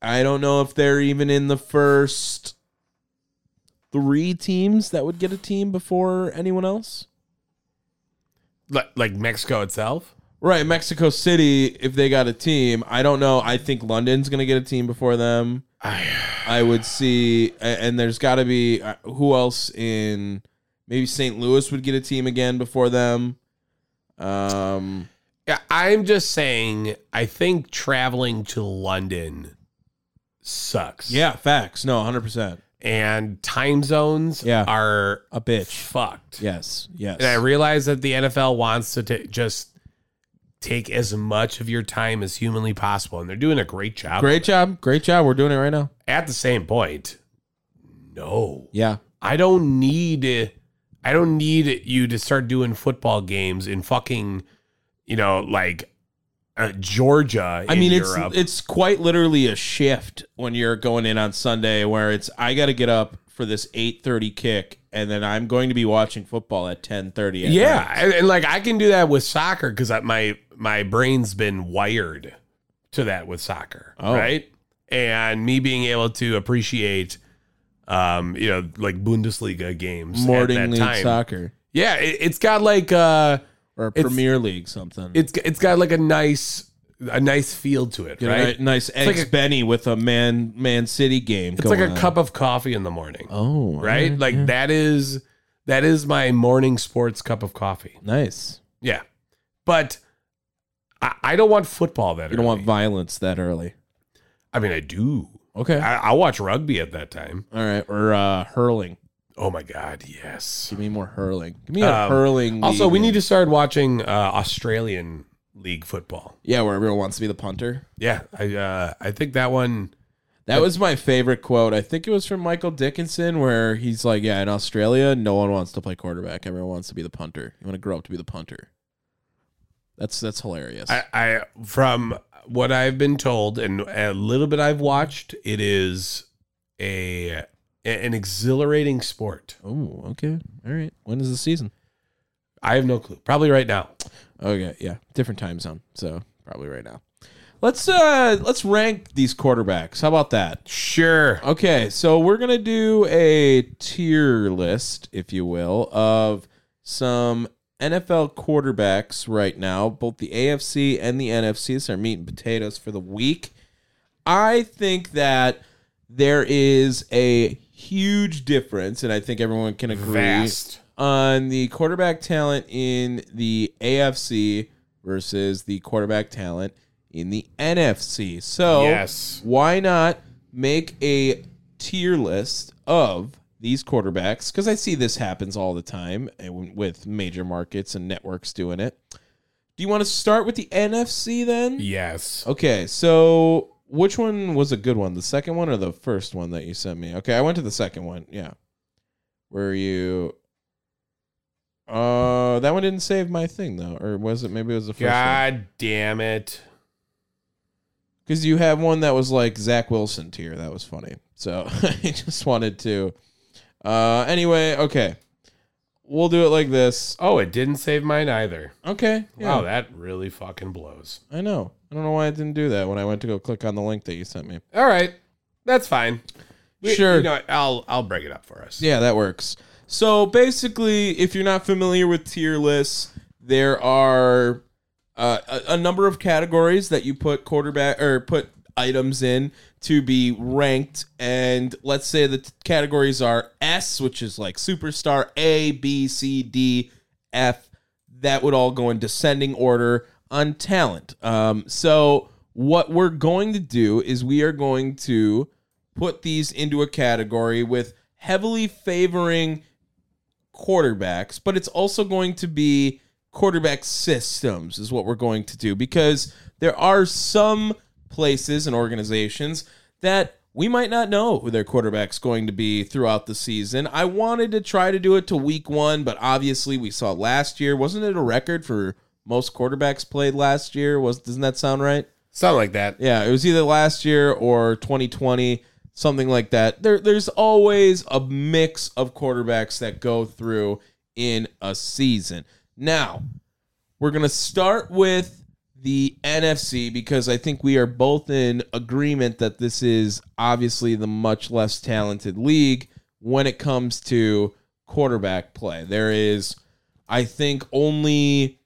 S1: I don't know if they're even in the first three teams that would get a team before anyone else.
S3: Li- like Mexico itself?
S1: Right, Mexico City, if they got a team, I don't know. I think London's going to get a team before them. I would see, a- and there's got to be uh, who else in maybe St. Louis would get a team again before them. Um,
S3: Yeah, I'm just saying. I think traveling to London sucks.
S1: yeah, facts. No, 100%.
S3: and time zones
S1: Yeah.
S3: are
S1: A bitch.
S3: fucked.
S1: Yes, yes.
S3: And I realize that the NFL wants to ta- just take as much of your time as humanly possible, and they're doing a great job.
S1: Great job. Great job. We're doing it right now.
S3: At the same point, no,
S1: Yeah.
S3: I don't need. I don't need you to start doing football games in fucking, you know, like uh, Georgia.
S1: I
S3: in
S1: mean,
S3: Europe.
S1: it's it's quite literally a shift when you're going in on Sunday, where it's I got to get up for this eight thirty kick, and then I'm going to be watching football at ten thirty.
S3: yeah, and, and, like I can do that with soccer because my my brain's been wired to that with soccer,
S1: Oh.
S3: right? And me being able to appreciate, um, you know, like Bundesliga games at
S1: morning
S3: that
S1: league
S3: time.
S1: soccer
S3: Yeah, it, it's got like uh,
S1: or
S3: It's-
S1: Premier League something.
S3: it's it's got like a nice a nice feel to it,
S1: Get a
S3: right?
S1: ni- nice
S3: like
S1: eggs
S3: a-
S1: Benny with a man Man City game.
S3: It's like
S1: going
S3: a
S1: on.
S3: cup of coffee in the morning,
S1: Oh,
S3: right?
S1: alright,
S3: Like
S1: yeah.
S3: that is that is my morning sports cup of coffee.
S1: Nice.
S3: Yeah, but. I- I don't want football that
S1: You don't
S3: early.
S1: want violence that early.
S3: I mean, I do.
S1: Okay.
S3: I, I watch rugby at that time.
S1: All right. Or uh, hurling.
S3: Oh my god, yes.
S1: Give me more hurling. Give me a
S3: Um,
S1: hurling.
S3: Also,
S1: league.
S3: we need to start watching uh, Australian league football.
S1: Yeah, where everyone wants to be the punter.
S3: Yeah, I uh, I think that one.
S1: That was my favorite quote. I think it was from Michael Dickinson, where he's like, "Yeah, in Australia, no one wants to play quarterback. Everyone wants to be the punter. You want to grow up to be the punter." That's that's hilarious.
S3: I, I from what I've been told and a little bit I've watched, it is a an exhilarating sport.
S1: oh, okay, all right. When is the season?
S3: I have no clue. Probably right now.
S1: Okay, yeah, different time zone, so probably right now. Let's uh let's rank these quarterbacks. How about that?
S3: Sure.
S1: Okay, so we're gonna do a tier list, if you will, of some NFL quarterbacks right now. Both the AFC and the NFC this is our meat and potatoes for the week. I think that there is a huge difference, and I think everyone can agree
S3: Vast.
S1: on the quarterback talent in the AFC versus the quarterback talent in the NFC. So,
S3: Yes.
S1: why not make a tier list of these quarterbacks? Because I see this happens all the time and with major markets and networks doing it. Do you want to start with the NFC then?
S3: Yes.
S1: Okay, so which one was a good one? The second one or the first one that you sent me? Okay, I went to the second one. Yeah. Where you uh that one didn't save my thing though, or was it maybe it was the first one?
S3: God damn it.
S1: Because you have one that was like Zach Wilson tier. That was funny. So *laughs* I just wanted to uh anyway, okay. We'll do it like this.
S3: Oh, it didn't save mine either.
S1: Okay. yeah.
S3: Wow, that really fucking blows.
S1: I know. I don't know why I didn't do that when I went to go click on the link that you sent me.
S3: All right, that's fine. We-
S1: Sure.
S3: you know, I'll I'll break it up for us.
S1: Yeah, that works. So basically, if you're not familiar with tier lists, there are uh, a, a number of categories that you put quarterback or put items in to be ranked. And let's say the t- categories are S, which is like superstar, A, B, C, D, F. That would all go in descending order on talent. Um, so what we're going to do is we are going to put these into a category with heavily favoring quarterbacks, but it's also going to be quarterback systems, is what we're going to do, because there are some places and organizations that we might not know who their quarterback's going to be throughout the season. I wanted to try to do it to week one, but obviously we saw last year. Wasn't it a record for most quarterbacks played last year? Was doesn't that sound right?
S3: Something like that.
S1: Yeah, it was either last year or 2020, something like that. There, there's always a mix of quarterbacks that go through in a season. Now, we're gonna start with the NFC because I think we are both in agreement that this is obviously the much less talented league when it comes to quarterback play. There is, I think, only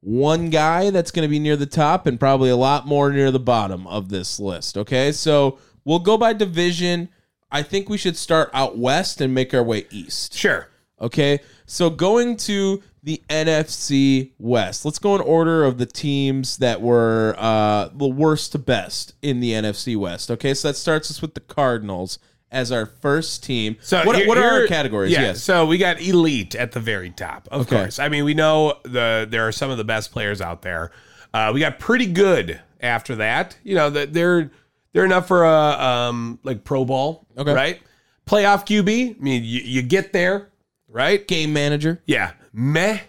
S1: one guy that's going to be near the top and probably a lot more near the bottom of this list. Okay. So we'll go by division. I think we should start out west and make our way east.
S3: Sure.
S1: Okay. So going to the NFC West. Let's go in order of the teams that were uh, the worst to best in the NFC West. Okay. So that starts us with the Cardinals as our first team.
S3: So
S1: what,
S3: here-
S1: what are our
S3: here-
S1: categories?
S3: Yeah,
S1: yes.
S3: So we got elite at the very top, of
S1: Okay.
S3: course. I mean, we know the there are some of the best players out there. Uh, we got pretty good after that. You know that they're they're enough for a um, like Pro Bowl,
S1: Okay.
S3: right? Playoff QB. I mean, you, you get there, right?
S1: Game manager.
S3: Yeah, meh,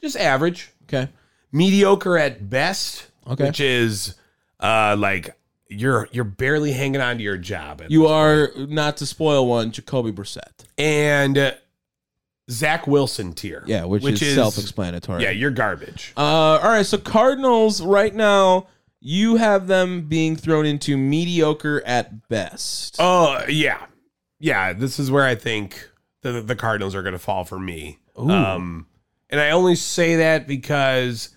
S3: just average,
S1: Okay.
S3: mediocre at best.
S1: Okay.
S3: which is uh, like you're you're barely hanging on to your job. at
S1: You are not to spoil one, Jacoby Brissett.
S3: and uh, Zach Wilson tier.
S1: Yeah, which, is, self-explanatory.
S3: Yeah, you're garbage.
S1: Uh, all right, so Cardinals right now, you have them being thrown into mediocre at best.
S3: Oh yeah, yeah. This is where I think the the Cardinals are going to fall for me. Um, and I only say that because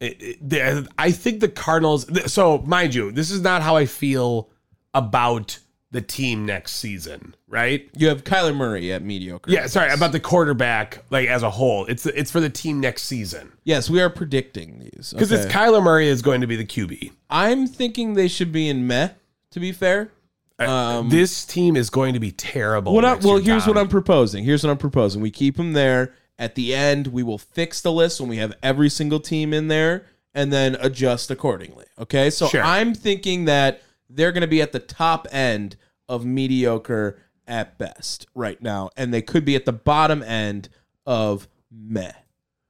S3: it, it, the- I think the Cardinals. th- So mind you, this is not how I feel about the team next season, right?
S1: You have Kyler Murray at mediocre.
S3: Yeah, sorry about the quarterback, like as a whole. It's it's for the team next season
S1: Yes, we are predicting these
S3: because
S1: Okay.
S3: it's Kyler Murray is going to be the QB.
S1: I'm thinking they should be in meh. To be fair, um,
S3: this team is going to be terrible.
S1: what? I,
S3: next
S1: well,
S3: year,
S1: here's
S3: Tom.
S1: what I'm proposing. Here's what I'm proposing. We keep them there. At the end, we will fix the list when we have every single team in there, and then adjust accordingly. Okay, so
S3: Sure.
S1: I'm thinking that they're going to be at the top end of mediocre at best right now, and they could be at the bottom end of meh.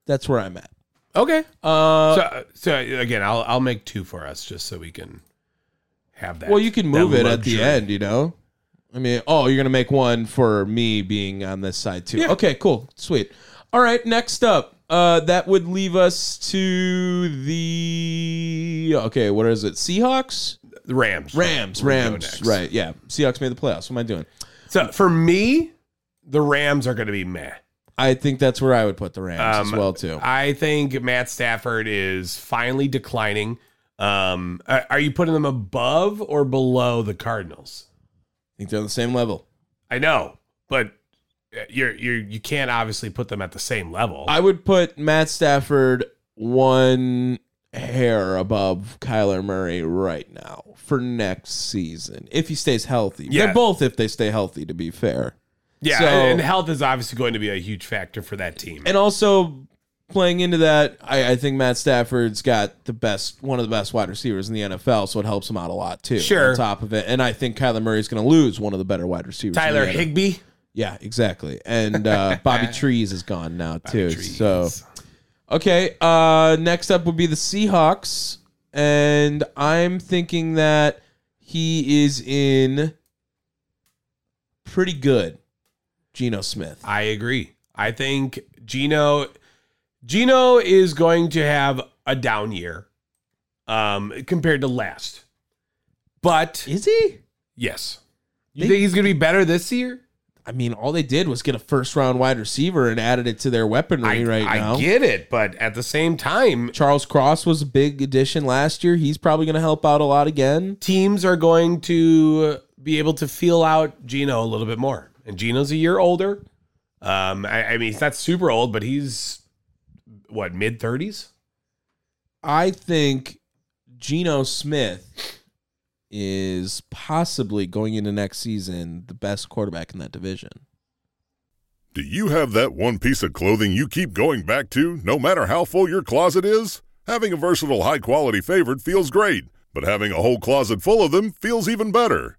S1: That's where I'm at.
S3: Okay.
S1: Uh,
S3: so, so again, I'll I'll make two for us just so we can have that.
S1: Well, you can
S3: that
S1: move it at the
S3: luxury.
S1: end, you know. I mean, oh, you're gonna make one for me being on this side too.
S3: Yeah.
S1: Okay, cool, sweet. All right, next up, uh, that would leave us to the okay. What is it? Seahawks,
S3: The Rams.
S1: Rams,
S3: We'll go
S1: Rams.
S3: next.
S1: Right? Yeah, Seahawks made the playoffs. What am I doing?
S3: So for me, the Rams are going to be meh.
S1: I think that's where I would put the Rams as
S3: Um,
S1: well too.
S3: I think Matt Stafford is finally declining. Um, are are you putting them above or below the Cardinals?
S1: I think they're on the same level.
S3: I know, but uh, you're you're you can't obviously put them at the same level.
S1: I would put Matt Stafford one hair above Kyler Murray right now for next season if he stays healthy.
S3: Yeah.
S1: They're both if they stay healthy, to be fair.
S3: yeah,
S1: so-
S3: and health is obviously going to be a huge factor for that team.
S1: And also playing into that, I, I think Matt Stafford's got the best one of the best wide receivers in the NFL, so it helps him out a lot too.
S3: Sure.
S1: On top of it, and I think Kyler Murray's going to lose one of the better wide receivers. in the
S3: Tyler
S1: NFL.
S3: Higbee.
S1: Yeah, exactly. And
S3: *laughs*
S1: uh, Bobby Trees is gone now too. So. Okay. Uh, next up would be the Seahawks, and I'm thinking that he is in pretty good. Geno Smith.
S3: I agree. I think Gino Gino is going to have a down year um compared to last. But
S1: Is he?
S3: yes. You think he's going to be better this year?
S1: I mean, all they did was get a first round wide receiver and added it to their weaponry
S3: I,
S1: right
S3: I
S1: now.
S3: get it, but at the same time,
S1: Charles Cross was a big addition last year. He's probably going to help out a lot again.
S3: teams are going to be able to feel out Gino a little bit more. And Gino's a year older. Um, I, I mean, he's not super old, but he's what mid thirties.
S1: I think Geno Smith is possibly going into next season the best quarterback in that division.
S4: Do you have that one piece of clothing you keep going back to no matter how full your closet is? Having a versatile, high quality favorite feels great, but having a whole closet full of them feels even better.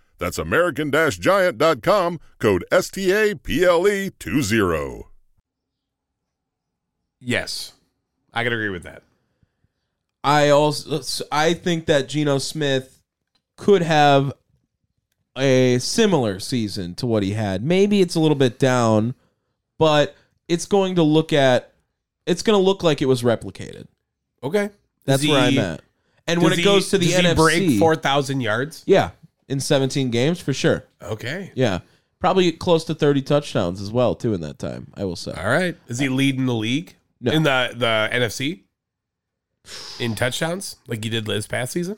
S4: That's American Giant.com, code E STAPLE20.
S3: Yes, I can agree with that.
S1: I also I think that Geno Smith could have a similar season to what he had. Maybe it's a little bit down, but it's going to look at it's going to look like it was replicated.
S3: Okay.
S1: That's
S3: Does
S1: where I'm
S3: he-
S1: at. And when
S3: does
S1: it goes
S3: he-
S1: to the
S3: does he
S1: NFC,
S3: break four thousand yards.
S1: yeah, in 17 games for sure.
S3: Okay.
S1: Yeah, probably close to 30 touchdowns as well too in that time. I will say.
S3: All right. Is he leading the league
S1: No.
S3: in the the NFC in touchdowns like he did this past season?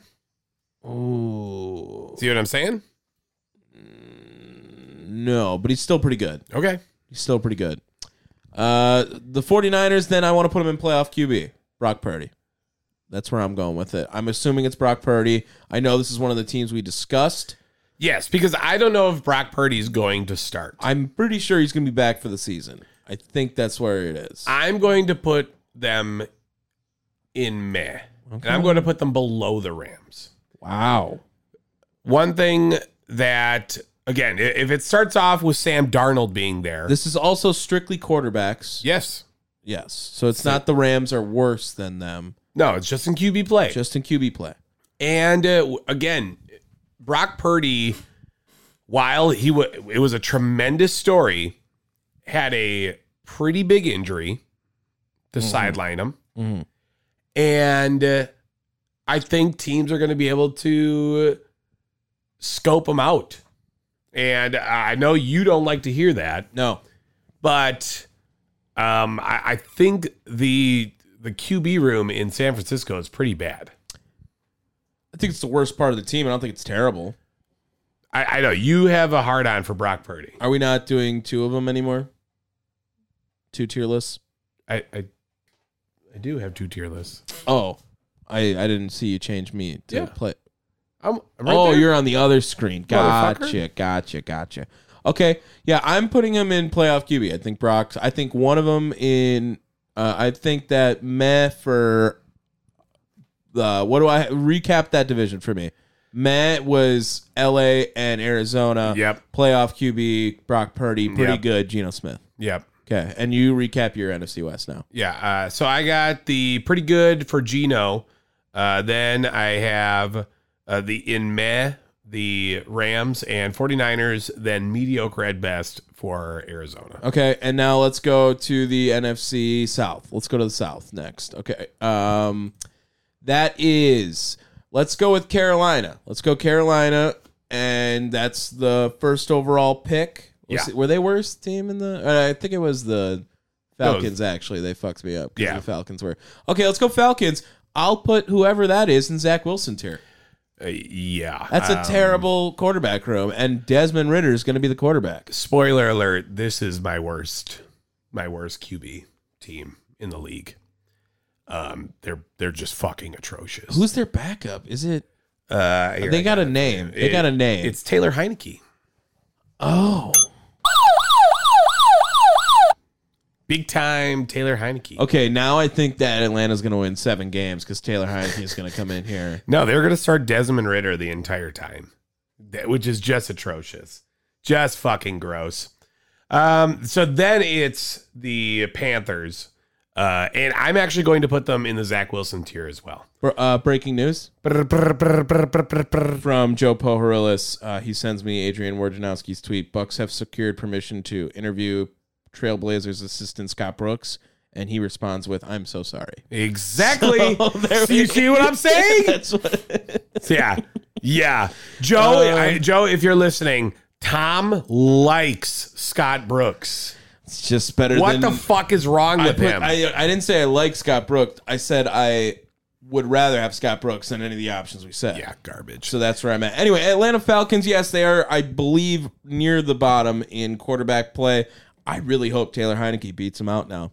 S3: Ooh. See what I'm saying?
S1: No, but he's still pretty good.
S3: Okay.
S1: He's still pretty good. Uh, the 49ers, then I want to put him in playoff QB. Brock Purdy. That's where I'm going with it. I'm assuming it's Brock Purdy. I know this is one of the teams we discussed.
S3: Yes, because I don't know if Brock Purdy's going to start.
S1: I'm pretty sure he's going to be back for the season. I think that's where it is.
S3: I'm going to put them in meh. And I'm going to put them below the Rams.
S1: Wow.
S3: One thing that again, i- if it starts off with Sam Darnold being there.
S1: This is also strictly quarterbacks.
S3: yes.
S1: Yes. So it's not the Rams are worse than them,
S3: No, it's just in QB play.
S1: just in QB play.
S3: And uh, w- again, Brock Purdy, while he wa it was a tremendous story, had a pretty big injury to sideline him,
S1: Mhm.
S3: and uh, I think teams are going to be able to scope him out. And I know you don't like to hear that,
S1: No.
S3: but um, I, I think the the QB room in San Francisco is pretty bad.
S1: I think it's the worst part of the team. I don't think it's terrible.
S3: I, I know you have a hard on for Brock Purdy.
S1: Are we not doing two of them anymore? Two tier lists?
S3: I, I I do have two tier lists.
S1: Oh, I I didn't see you change me to
S3: Yeah.
S1: play.
S3: I'm, I'm
S1: oh,
S3: there.
S1: you're on the other screen.
S3: Motherfucker.
S1: Gotcha, gotcha, gotcha. Okay, yeah, I'm putting him in playoff QB. I think Brock's. I think one of them in. Uh, I think that meh for. Uh, what do I recap that division for me? Meh was L.A. and Arizona.
S3: Yep.
S1: Playoff QB Brock Purdy, pretty
S3: Yep.
S1: good. Geno Smith.
S3: Yep.
S1: Okay, and you recap your NFC West now.
S3: Yeah. Uh, so I got the pretty good for Gino. Uh, then I have uh, the in meh, the Rams and 49ers, then mediocre at best for Arizona.
S1: Okay, and now let's go to the NFC South. Let's go to the South next. Okay. Um that is let's go with Carolina. Let's go Carolina and that's the first overall pick. Was
S3: Yeah.
S1: it- were they worst team in the uh, I think it was the Falcons actually. They fucked me up 'cause
S3: Yeah.
S1: the Falcons were. Okay, let's go Falcons. I'll put whoever that is in Zach Wilson tier.
S3: Uh, yeah.
S1: That's a
S3: Um,
S1: terrible quarterback room, and Desmond Ritter is going to be the quarterback.
S3: Spoiler alert, this is my worst my worst QB team in the league. Um they're they're just fucking atrocious.
S1: Who's their backup? Is it
S3: Uh, here,
S1: They
S3: I
S1: got a name. They
S3: it.
S1: got a name.
S3: It's Taylor Heineke.
S1: oh.
S3: Big time Taylor Heineke.
S1: Okay, now I think that Atlanta's going to win seven games because Taylor Heineke is going to come in here.
S3: No, they're going to start Desmond Ritter the entire time, That- which is just atrocious. Just fucking gross. Um, so then it's the Panthers. Uh, and I'm actually going to put them in the Zach Wilson tier as well.
S1: Br- Uh, breaking news from Joe Pohorilis. Uh, he sends me Adrian Wojnarowski's tweet. Bucks have secured permission to interview Trailblazers assistant Scott Brooks, and he responds with, "I'm so sorry." *laughs*
S3: Exactly.
S1: So there
S3: you
S1: we-
S3: see what
S1: *laughs*
S3: I'm saying?
S1: That's what.
S3: yeah. Yeah. Joe,
S1: Uh,
S3: I, Joe, if you're listening, Tom likes Scott Brooks.
S1: it's just better.
S3: What
S1: than,
S3: the fuck is wrong
S1: I,
S3: with
S1: put-
S3: him?
S1: I, I didn't say I like Scott Brooks. I said I would rather have Scott Brooks than any of the options we said.
S3: yeah, garbage.
S1: So that's where I'm at. Anyway, Atlanta Falcons, yes, they are, I believe, near the bottom in quarterback play. I really hope Taylor Heineke beats them out now.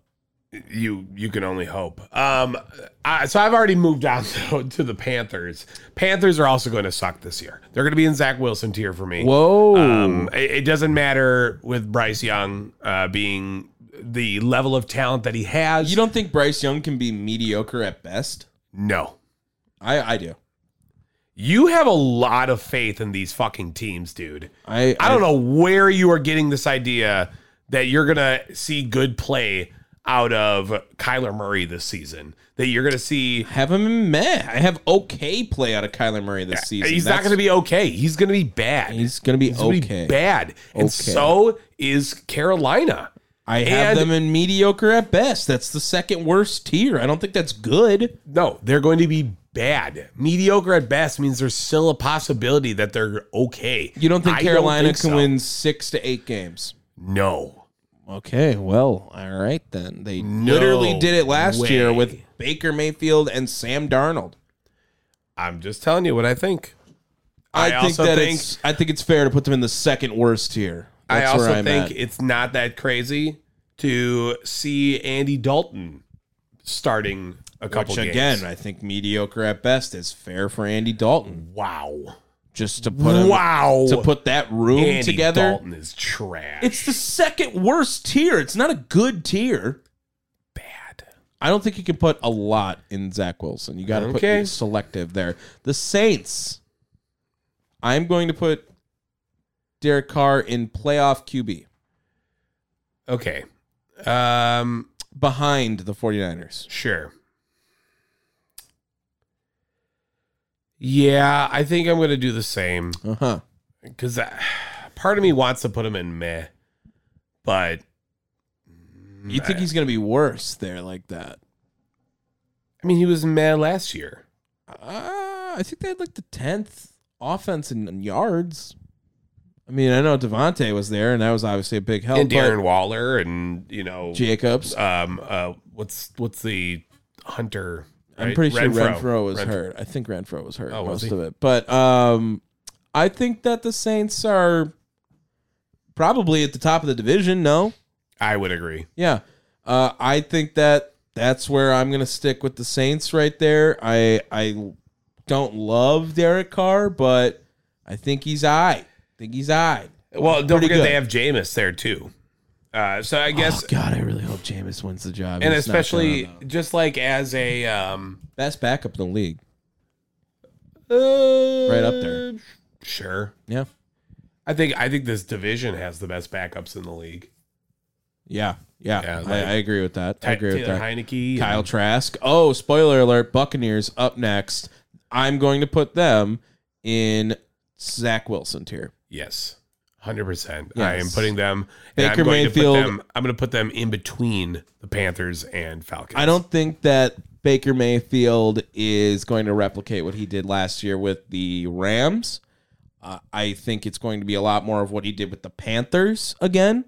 S3: you you can only hope. Um, I, so I've already moved on *laughs* though, to the Panthers. Panthers are also going to suck this year. They're going to be in Zach Wilson tier for me.
S1: Whoa.
S3: Um, it, it doesn't matter with Bryce Young uh, being the level of talent that he has.
S1: you don't think Bryce Young can be mediocre at best?
S3: no.
S1: I, I do.
S3: You have a lot of faith in these fucking teams, dude.
S1: I,
S3: I don't know where you are getting this idea that you're gonna see good play out of Kyler Murray this season that you're going to see.
S1: Have him in meh. I have okay play out of Kyler Murray this season.
S3: He's not going to be okay. He's going to be bad.
S1: He's going to be
S3: It's gonna be
S1: okay.
S3: bad. And
S1: Okay.
S3: so is Carolina.
S1: I have
S3: And-
S1: them in mediocre at best. That's the second worst tier. I don't think that's good.
S3: No, they're going to be bad. Mediocre at best means there's still a possibility that they're okay.
S1: You don't think
S3: I
S1: Carolina
S3: think
S1: can
S3: so.
S1: win six to eight games?
S3: No.
S1: Okay, well, all right then. They
S3: No
S1: literally did it last
S3: way.
S1: year with Baker Mayfield and Sam Darnold.
S3: I'm just telling you what I think.
S1: I,
S3: I
S1: think
S3: also
S1: that
S3: think-
S1: it's. I think it's fair to put them in the second worst tier.
S3: I
S1: That's
S3: also
S1: where I'm
S3: think
S1: at.
S3: it's not that crazy to see Andy Dalton starting a couple
S1: which
S3: games.
S1: again, I think mediocre at best is fair for Andy Dalton.
S3: Wow.
S1: Just to put him,
S3: Wow.
S1: to put that room
S3: Andy
S1: together.
S3: Dalton is trash.
S1: It's the second worst tier. It's not a good tier.
S3: bad.
S1: I don't think you can put a lot in Zach Wilson. You got to put
S3: Okay.
S1: you're selective there. The Saints. I'm going to put Derek Carr in playoff QB
S3: Okay. Um
S1: behind the 49ers.
S3: Sure. Yeah, I think I'm going to do the same
S1: Uh huh.
S3: because part of me wants to put him in meh, but
S1: You think he's going to be worse there like that?
S3: I mean, he was meh last year.
S1: Uh, I think they had like the tenth offense in, in yards. I mean, I know Devontae was there, and that was obviously a big help.
S3: and Darren
S1: but
S3: Waller and, you know,
S1: Jacobs.
S3: um, uh, what's what's the Hunter?
S1: I'm
S3: right?
S1: pretty sure Renfro, was hurt. I think Renfro was hurt
S3: Oh, was
S1: most
S3: he?
S1: of it. But um, I think that the Saints are probably at the top of the division. No,
S3: I would agree.
S1: yeah, uh, I think that that's where I'm going to stick with the Saints right there. I I don't love Derek Carr, but I think he's I think he's I.
S3: Well, don't
S1: Pretty
S3: forget
S1: good.
S3: they have Jameis there, too. Uh, so I guess,
S1: Oh God, I really hope Jameis wins the job.
S3: and
S1: He's not
S3: especially
S1: gonna, though.
S3: just like as a. Um,
S1: best backup in the league.
S3: Uh,
S1: Right up there.
S3: Sure.
S1: Yeah,
S3: I think I think this division has the best backups in the league.
S1: yeah, yeah.
S3: Yeah,
S1: I,
S3: like-
S1: I agree with that. I agree with
S3: Taylor
S1: that.
S3: Heineke.
S1: Kyle Trask. Oh, spoiler alert! Buccaneers up next. I'm going to put them in Zach Wilson tier.
S3: Yes. 100%. I
S1: Yes.
S3: am putting them and
S1: Baker
S3: I'm going
S1: Mayfield.
S3: to put them I'm going to put them in between the Panthers and Falcons.
S1: I don't think that Baker Mayfield is going to replicate what he did last year with the Rams. Uh, I think it's going to be a lot more of what he did with the Panthers again.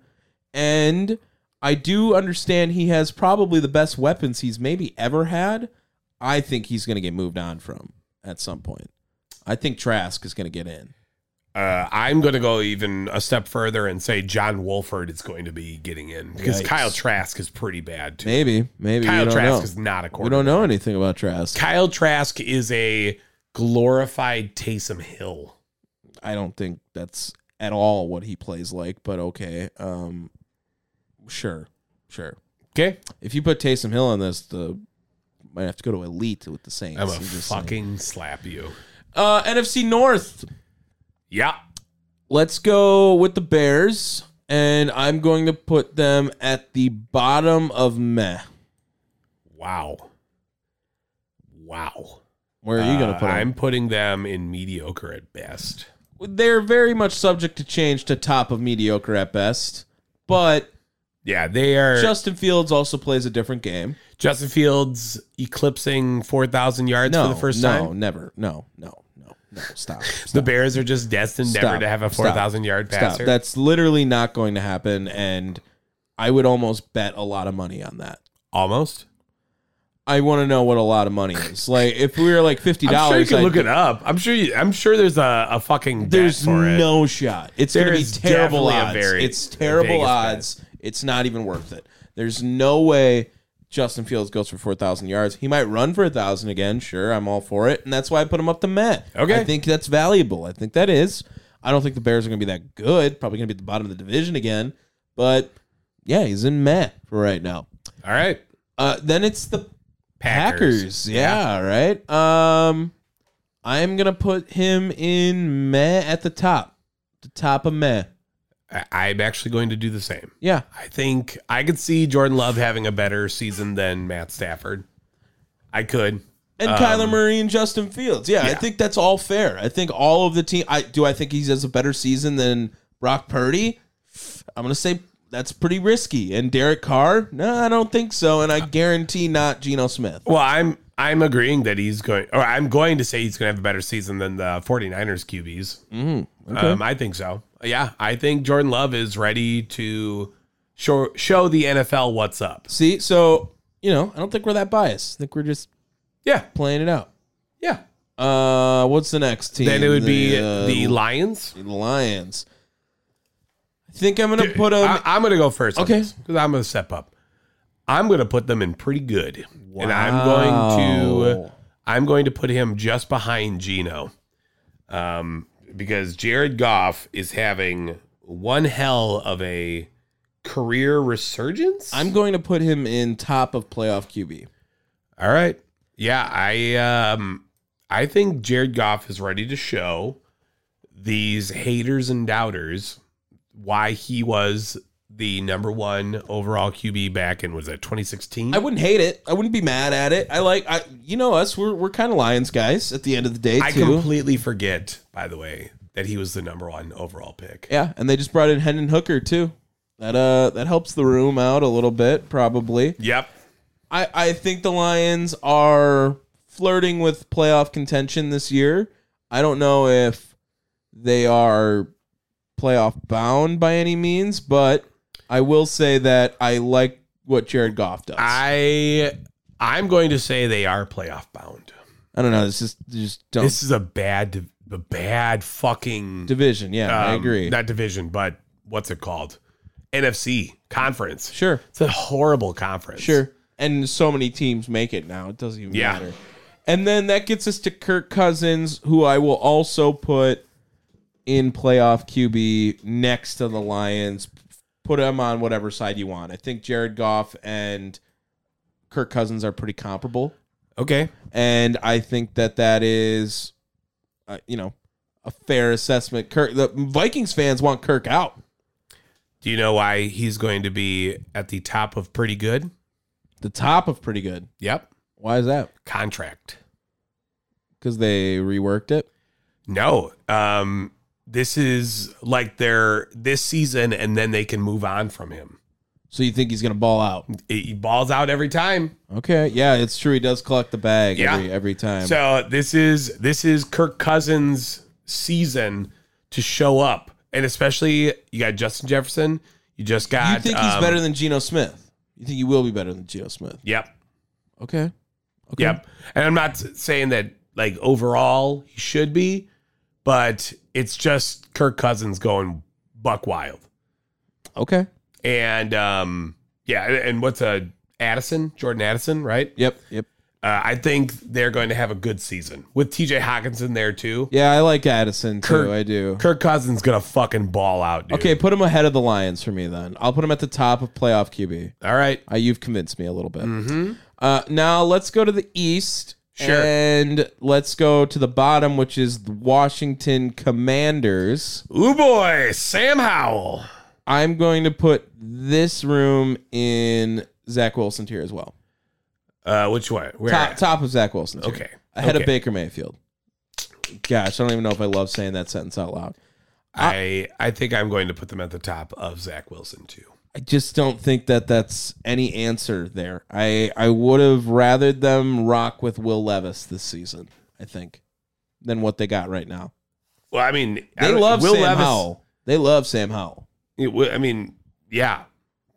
S1: And I do understand he has probably the best weapons he's maybe ever had. I think he's going to get moved on from at some point. I think Trask is going to get in.
S3: uh, I'm going to go even a step further and say John Wolford is going to be getting in because
S1: Yikes.
S3: Kyle Trask is pretty bad too.
S1: Maybe, maybe we
S3: Kyle
S1: don't
S3: Trask
S1: know.
S3: is not a
S1: we
S3: quarterback.
S1: don't know anything about Trask.
S3: Kyle Trask is a glorified Taysom Hill.
S1: I don't think that's at all what he plays like, but okay. Um sure. Sure.
S3: Okay?
S1: If you put Taysom Hill on this, the might have to go to elite with the Saints.
S3: I'm a
S1: I'm just saying.
S3: fucking slap you.
S1: uh NFC North.
S3: Yeah.
S1: Let's go with the Bears and I'm going to put them at the bottom of meh.
S3: Wow. Wow.
S1: Where are you going to
S3: Uh,
S1: put
S3: I'm
S1: them?
S3: putting them in mediocre at best.
S1: They're very much subject to change to top of mediocre at best. But
S3: Yeah, they are.
S1: Justin Fields also plays a different game.
S3: Justin Fields eclipsing 4,000 yards
S1: No,
S3: for the first
S1: no,
S3: time.
S1: never. No, no, no, no. Stop.
S3: *laughs* The
S1: stop,
S3: Bears are just destined never
S1: Stop.
S3: to have a
S1: Stop.
S3: 4,000 yard
S1: stop.
S3: passer.
S1: That's literally not going to happen. And I would almost bet a lot of money on that.
S3: Almost.
S1: I want to know what a lot of money is. Like if we were like fifty
S3: *laughs* I'm sure you
S1: dollars,
S3: can look it up. I'm sure. You, I'm sure there's a, a fucking.
S1: There's
S3: bet for it.
S1: no shot. It's
S3: There
S1: going to be
S3: is
S1: terrible
S3: definitely a
S1: odds.
S3: very
S1: it's terrible
S3: Vegas bet.
S1: odds. It's not even worth it. There's no way Justin Fields goes for 4,000 yards. He might run for 1,000 again. Sure, I'm all for it. And that's why I put him up to Matt.
S3: Okay.
S1: I think that's valuable. I think that is. I don't think the Bears are going to be that good. Probably going to be at the bottom of the division again. But yeah, he's in Matt for right now.
S3: All right.
S1: Uh, then it's the
S3: Packers.
S1: Packers. Yeah, right. Um I'm gonna put him in meh at the top. The top of meh.
S3: I- I'm actually going to do the same.
S1: Yeah.
S3: I think I could see Jordan Love having a better season than Matt Stafford. I could.
S1: And Kyler Murray and Justin Fields. Yeah, I
S3: Um, yeah.
S1: think that's all fair. I think all of the team. I do. I think he has a better season than Brock Purdy. I'm gonna say that's pretty risky. And Derek Carr? No, I don't think so. And I guarantee not Geno Smith.
S3: Well, I'm I'm agreeing that he's going or I'm going to say he's going to have a better season than the 49ers QBs. Um, I think so. Yeah, I think Jordan Love is ready to show show the NFL what's up.
S1: See, so you know, I don't think we're that biased. I think we're just
S3: Yeah,
S1: playing it out.
S3: yeah.
S1: Uh, what's the next team?
S3: Then it would be
S1: uh,
S3: the Lions.
S1: the Lions. I think I'm gonna put them.
S3: I, I'm going to go first.
S1: Okay.
S3: because I'm going to step up. I'm going to put them in pretty good, and I'm going to I'm going to put him just behind Gino, um, because Jared Goff is having one hell of a career resurgence.
S1: I'm going to put him in top of playoff QB.
S3: All right. Yeah, I um I think Jared Goff is ready to show these haters and doubters why he was the number one overall QB back in was that 2016?
S1: I wouldn't hate it. I wouldn't be mad at it. I like. I you know us. We're we're kind of Lions guys at the end of the day too.
S3: I completely forget, by the way, that he was the number one overall pick.
S1: yeah, and they just brought in Hendon Hooker too. That uh that helps the room out a little bit probably.
S3: Yep.
S1: I I think the Lions are flirting with playoff contention this year. I don't know if they are playoff bound by any means, but I will say that I like what Jared Goff does.
S3: I I'm going to say they are playoff bound.
S1: I don't know. It's just just don't
S3: This is a bad div- a bad fucking
S1: division. Yeah, I
S3: um,
S1: agree.
S3: Not division, but what's it called? NFC conference.
S1: sure,
S3: It's a horrible conference.
S1: sure. And so many teams make it now. It doesn't even
S3: Yeah.
S1: matter. And then that gets us to Kirk Cousins, who I will also put in playoff QB next to the Lions. Put him on whatever side you want. I think Jared Goff and Kirk Cousins are pretty comparable.
S3: Okay.
S1: and I think that that is, uh, you know, a fair assessment. Kirk, the Vikings fans want Kirk out.
S3: Do you know why he's going to be at the top of pretty good?
S1: The top of pretty good.
S3: Yep.
S1: Why is that?
S3: Contract.
S1: Because they reworked it.
S3: No. Um, this is like their this season, and then they can move on from him.
S1: So you think he's gonna ball out?
S3: He balls out every time.
S1: Okay, yeah, it's true. He does collect the bag
S3: Yeah.
S1: every every time.
S3: So this is this is Kirk Cousins' season to show up, and especially you got Justin Jefferson. You just got.
S1: you think he's
S3: um,
S1: better than Geno Smith? You think he will be better than Geno Smith?
S3: Yep.
S1: Okay. Okay.
S3: Yep. And I'm not s- saying that like overall he should be, but it's just Kirk Cousins going buck wild.
S1: Okay.
S3: And um yeah, and- and what's a Addison, Jordan Addison, right?
S1: Yep. Yep.
S3: Uh, I think they're going to have a good season with TJ Hawkinson there too.
S1: Yeah, I like Addison too.
S3: Kirk-
S1: I do.
S3: Kirk Cousins gonna fucking ball out, dude.
S1: okay, put him ahead of the Lions for me then. I'll put him at the top of playoff QB.
S3: All right.
S1: Uh, you've convinced me a little bit. Uh, now let's go to the East.
S3: Mm-hmm. Sure.
S1: And let's go to the bottom, which is the Washington Commanders.
S3: Ooh boy, Sam Howell.
S1: I'm going to put this room in Zach Wilson tier as well.
S3: Uh which way? Where?
S1: Top, top of Zach Wilson. tier.
S3: Okay.
S1: Ahead of
S3: Okay.
S1: Baker Mayfield. Gosh, I don't even know if I love saying that sentence out loud. Uh,
S3: I I think I'm going to put them at the top of Zach Wilson too.
S1: I just don't think that that's any answer there. I I would have rathered them rock with Will Levis this season. I think than what they got right now.
S3: Well, I mean, I
S1: They
S3: don't-
S1: love Sam
S3: Levis-
S1: Howell. They love Sam Howell.
S3: It wa- I mean, yeah,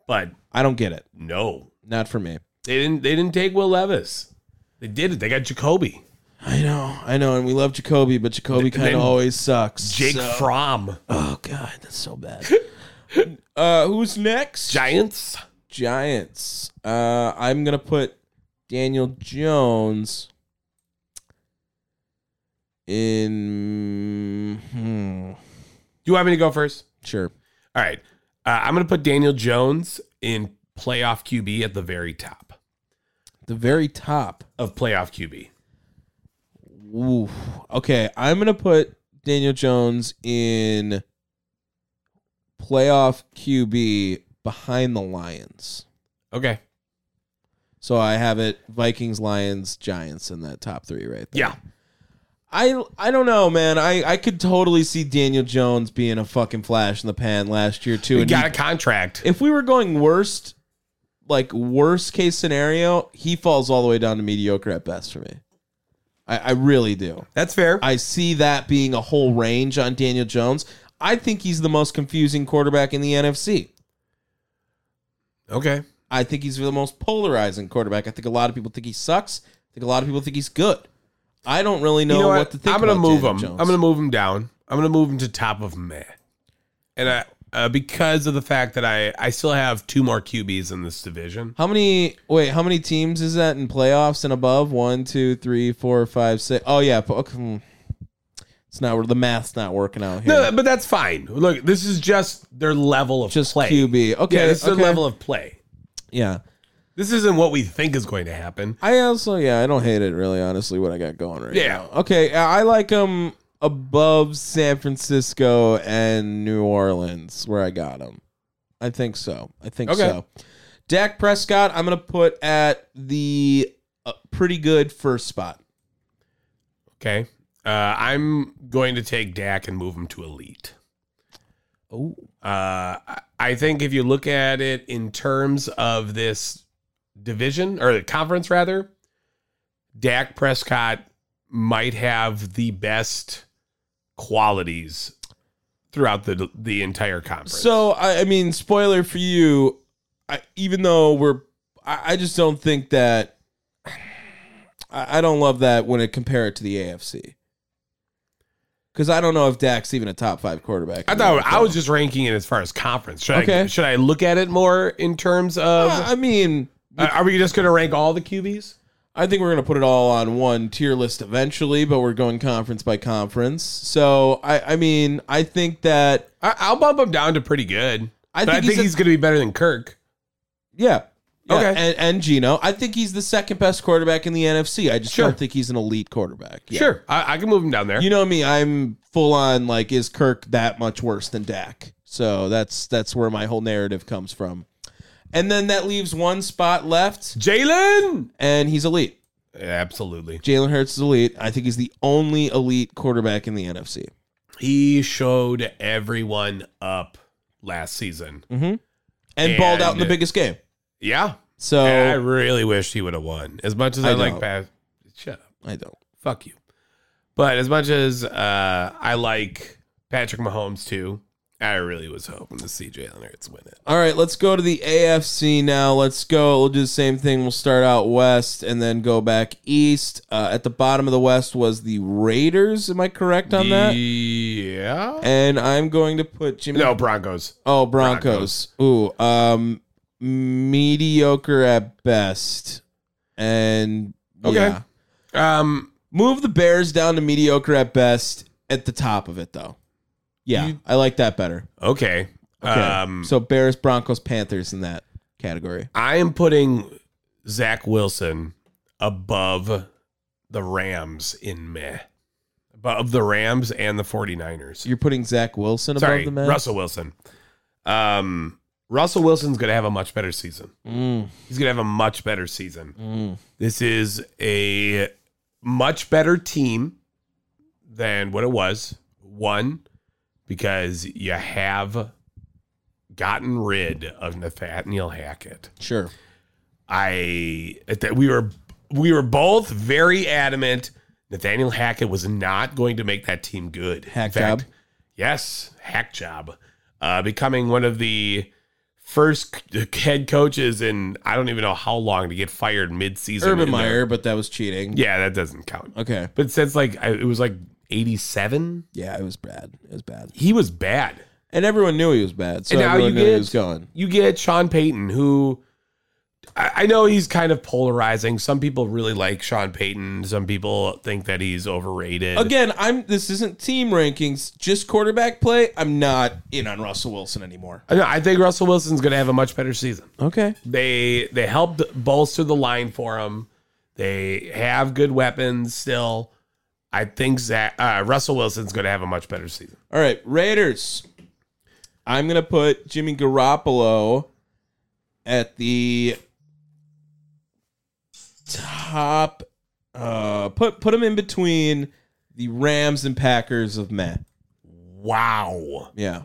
S3: but
S1: I don't get it.
S3: no,
S1: Not for me.
S3: they didn't. They didn't take Will Levis. They did it. They got Jacoby,
S1: I know, I know, and we love Jacoby, but Jacoby kind
S3: then
S1: of always sucks.
S3: Jake
S1: so-
S3: Fromm,
S1: Oh God, that's so bad. *laughs* uh, who's next?
S3: Giants.
S1: Giants. Uh, I'm gonna put Daniel Jones in. Hmm,
S3: Do you want me to go first?
S1: sure.
S3: All right, uh, I'm going to put Daniel Jones in playoff QB at the very top
S1: The very top.
S3: of playoff QB.
S1: Ooh. Okay, I'm gonna put Daniel Jones in playoff QB behind the Lions.
S3: Okay.
S1: So I have it Vikings, Lions, Giants in that top three right there.
S3: Yeah.
S1: I I don't know, man. I, I could totally see Daniel Jones being a fucking flash in the pan last year too.
S3: We
S1: And he-
S3: got a contract.
S1: if we were going worst, like worst case scenario, he falls all the way down to mediocre at best for me. I, I really do.
S3: That's fair.
S1: I see that being a whole range on Daniel Jones. I think he's the most confusing quarterback in the NFC.
S3: okay.
S1: I think he's the most polarizing quarterback. I think a lot of people think he sucks. I think a lot of people think he's good. I don't really know,
S3: you know
S1: what?
S3: what?
S1: to think.
S3: I'm gonna
S1: about
S3: move
S1: Daniel
S3: him.
S1: Jones.
S3: I'm gonna move him down. I'm gonna move him to top of meh. And I uh, because of the fact that I I still have two more QBs in this division.
S1: How many? Wait, how many teams is that in playoffs and above? One, two, three, four, five, six. Oh yeah, po- okay, hmm. it's not the math's not working out here.
S3: No, but that's fine. Look, this is just their level of
S1: Just
S3: play.
S1: QB. Okay,
S3: yeah, this is
S1: okay.
S3: their level of play.
S1: yeah.
S3: This isn't what we think is going to happen.
S1: I also yeah, I don't hate it really. Honestly, what I got going right
S3: Yeah.
S1: now. Okay, I I like him above San Francisco and New Orleans, where I got him. I think so. I think
S3: Okay.
S1: so. Dak Prescott, I'm gonna put at the uh, pretty good first spot.
S3: Okay. Uh, I'm going to take Dak and move him to elite.
S1: Oh,
S3: Uh, I- I think if you look at it in terms of this division or the conference, rather, Dak Prescott might have the best qualities throughout the the entire conference.
S1: So I, I mean, spoiler for you. I, even though we're, I, I just don't think that. I, I don't love that when I compare it to the AFC. Because I don't know if Dak's even a top five quarterback.
S3: I thought I was just ranking it as far as conference. Should, I,
S1: Okay.
S3: should I look at it more in terms of?
S1: I mean,
S3: Uh, are we just going to rank all the QBs?
S1: I think we're gonna put it all on one tier list eventually, but we're going conference by conference. So I, I mean, I think that
S3: I, I'll bump him down to pretty good.
S1: I
S3: But I
S1: think he's
S3: think
S1: a-
S3: he's going to be better than Kirk.
S1: Yeah. Yeah,
S3: Okay.
S1: And, and Gino, I think he's the second best quarterback in the NFC. I just
S3: Sure.
S1: don't think he's an elite quarterback. Yeah.
S3: Sure, I, I can move him down there.
S1: You know me, I'm full on like is Kirk that much worse than Dak? So that's that's where my whole narrative comes from. And then that leaves one spot left
S3: Jalen.
S1: and he's elite.
S3: Absolutely.
S1: Jalen Hurts is elite. I think he's the only elite quarterback in the NFC.
S3: He showed everyone up last season.
S1: And, balled out in the
S3: And-
S1: biggest game.
S3: Yeah.
S1: So
S3: And I really wish he would have won. As much as I,
S1: I
S3: like
S1: don't.
S3: Pat, shut up.
S1: I don't.
S3: Fuck you. But as much as uh, I like Patrick Mahomes too, I really was hoping to see Jalen Hurts win it.
S1: All right, let's go to the AFC now. Let's go. We'll do the same thing. We'll start out west and then go back east. Uh, at the bottom of the west was the Raiders. Am I correct on that?
S3: Yeah.
S1: And I'm going to put Jimmy.
S3: No, Broncos.
S1: Oh, Broncos. Ooh, um, mediocre at best. And
S3: Okay.
S1: yeah.
S3: Um,
S1: move the Bears down to mediocre at best. At the top of it, though. Yeah, I like that better.
S3: okay.
S1: Okay.
S3: Um,
S1: so Bears, Broncos, Panthers in that category.
S3: I am putting Zach Wilson above the Rams in meh. Above the Rams and the 49ers.
S1: You're putting Zach Wilson above
S3: Sorry,
S1: the man.
S3: Russell Wilson. Um, Russell Wilson's going to have a much better season.
S1: Mm,
S3: He's going to have a much better season.
S1: mm.
S3: This is a much better team than what it was. One, because you have gotten rid of Nathaniel Hackett.
S1: Sure.
S3: I that we were we were both very adamant Nathaniel Hackett was not going to make that team good. In
S1: Hack job.
S3: Yes, hack job. Uh, becoming one of the first c- head coaches in I don't even know how long to get fired mid-season.
S1: Urban
S3: in their-
S1: Meyer, but that was cheating.
S3: Yeah, that doesn't count.
S1: Okay.
S3: But since like I, it was like 87,
S1: Yeah, it was bad. It was bad.
S3: he was bad.
S1: And everyone knew he was bad. So
S3: and now you
S1: everyone knew he
S3: get
S1: was gone.
S3: you get Sean Payton, who I, I know he's kind of polarizing. Some people really like Sean Payton. Some people think that he's overrated.
S1: Again, I'm this isn't team rankings, just quarterback play. I'm not in on Russell Wilson anymore.
S3: I, know, I think Russell Wilson's going to have a much better season.
S1: Okay.
S3: They they helped bolster the line for him. They have good weapons still. I think that uh, Russell Wilson's going to have a much better season.
S1: All right, Raiders. I'm gonna put Jimmy Garoppolo at the top. Uh, put put him in between the Rams and Packers of Matt.
S3: Wow.
S1: Yeah,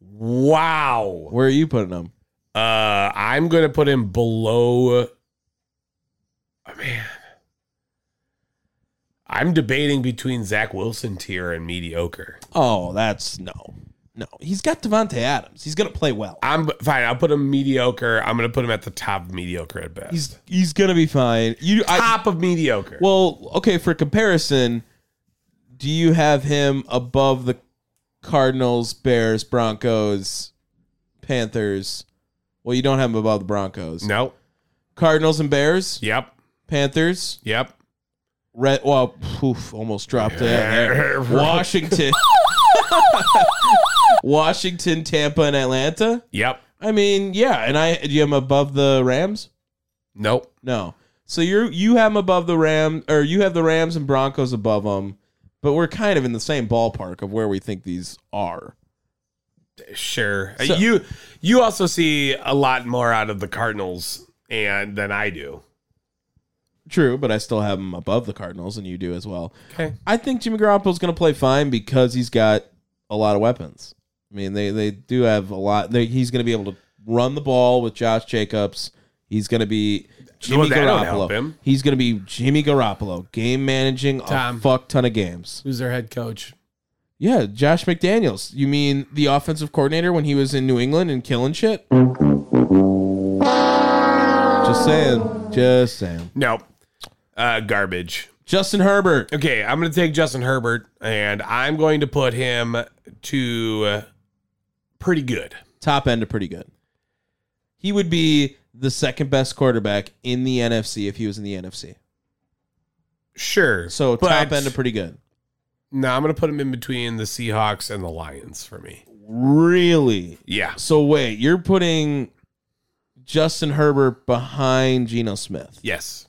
S3: Wow.
S1: where are you putting him?
S3: Uh, I'm gonna put him below. Oh, man, I'm debating between Zach Wilson tier and mediocre.
S1: Oh, that's no, no. He's got Devonte Adams. He's gonna play well.
S3: I'm fine. I'll put him mediocre. I'm gonna put him at the top of mediocre at best.
S1: He's he's gonna be fine. You, I,
S3: top of mediocre.
S1: well, okay. For comparison, do you have him above the Cardinals, Bears, Broncos, Panthers? Well, you don't have him above the Broncos.
S3: no.
S1: Cardinals and Bears,
S3: Yep.
S1: Panthers,
S3: Yep.
S1: Red. Well, poof, almost dropped it there. Washington, Washington, Tampa, and Atlanta.
S3: Yep.
S1: I mean, yeah, and I do you have him above the Rams?
S3: Nope.
S1: No. So you're you have him above the Ram or you have the Rams and Broncos above them, but we're kind of in the same ballpark of where we think these are.
S3: Sure.
S1: So-
S3: you you also see a lot more out of the Cardinals and than I do.
S1: True, but I still have him above the Cardinals, and you do as well.
S3: Okay.
S1: I think Jimmy Garoppolo's going to play fine because he's got a lot of weapons. I mean, they they do have a lot. They, he's going to be able to run the ball with Josh Jacobs. He's going to be Jimmy
S3: Well, that don't help
S1: Garoppolo.
S3: him.
S1: He's going to be Jimmy Garoppolo, game managing a
S3: Tom.
S1: fuck ton of games.
S3: Who's their head coach?
S1: Yeah, Josh McDaniels. You mean the offensive coordinator when he was in New England and killing shit? Just saying. Just saying.
S3: No. Uh, garbage.
S1: Justin Herbert.
S3: Okay, I'm going to take Justin Herbert, and I'm going to put him to uh, pretty good.
S1: Top end of pretty good. He would be the second best quarterback in the NFC if he was in the NFC.
S3: Sure.
S1: So
S3: but-
S1: top end of pretty good.
S3: No, I'm going to put him in between the Seahawks and the Lions for me.
S1: Really?
S3: Yeah.
S1: So wait, you're putting Justin Herbert behind Geno Smith.
S3: Yes.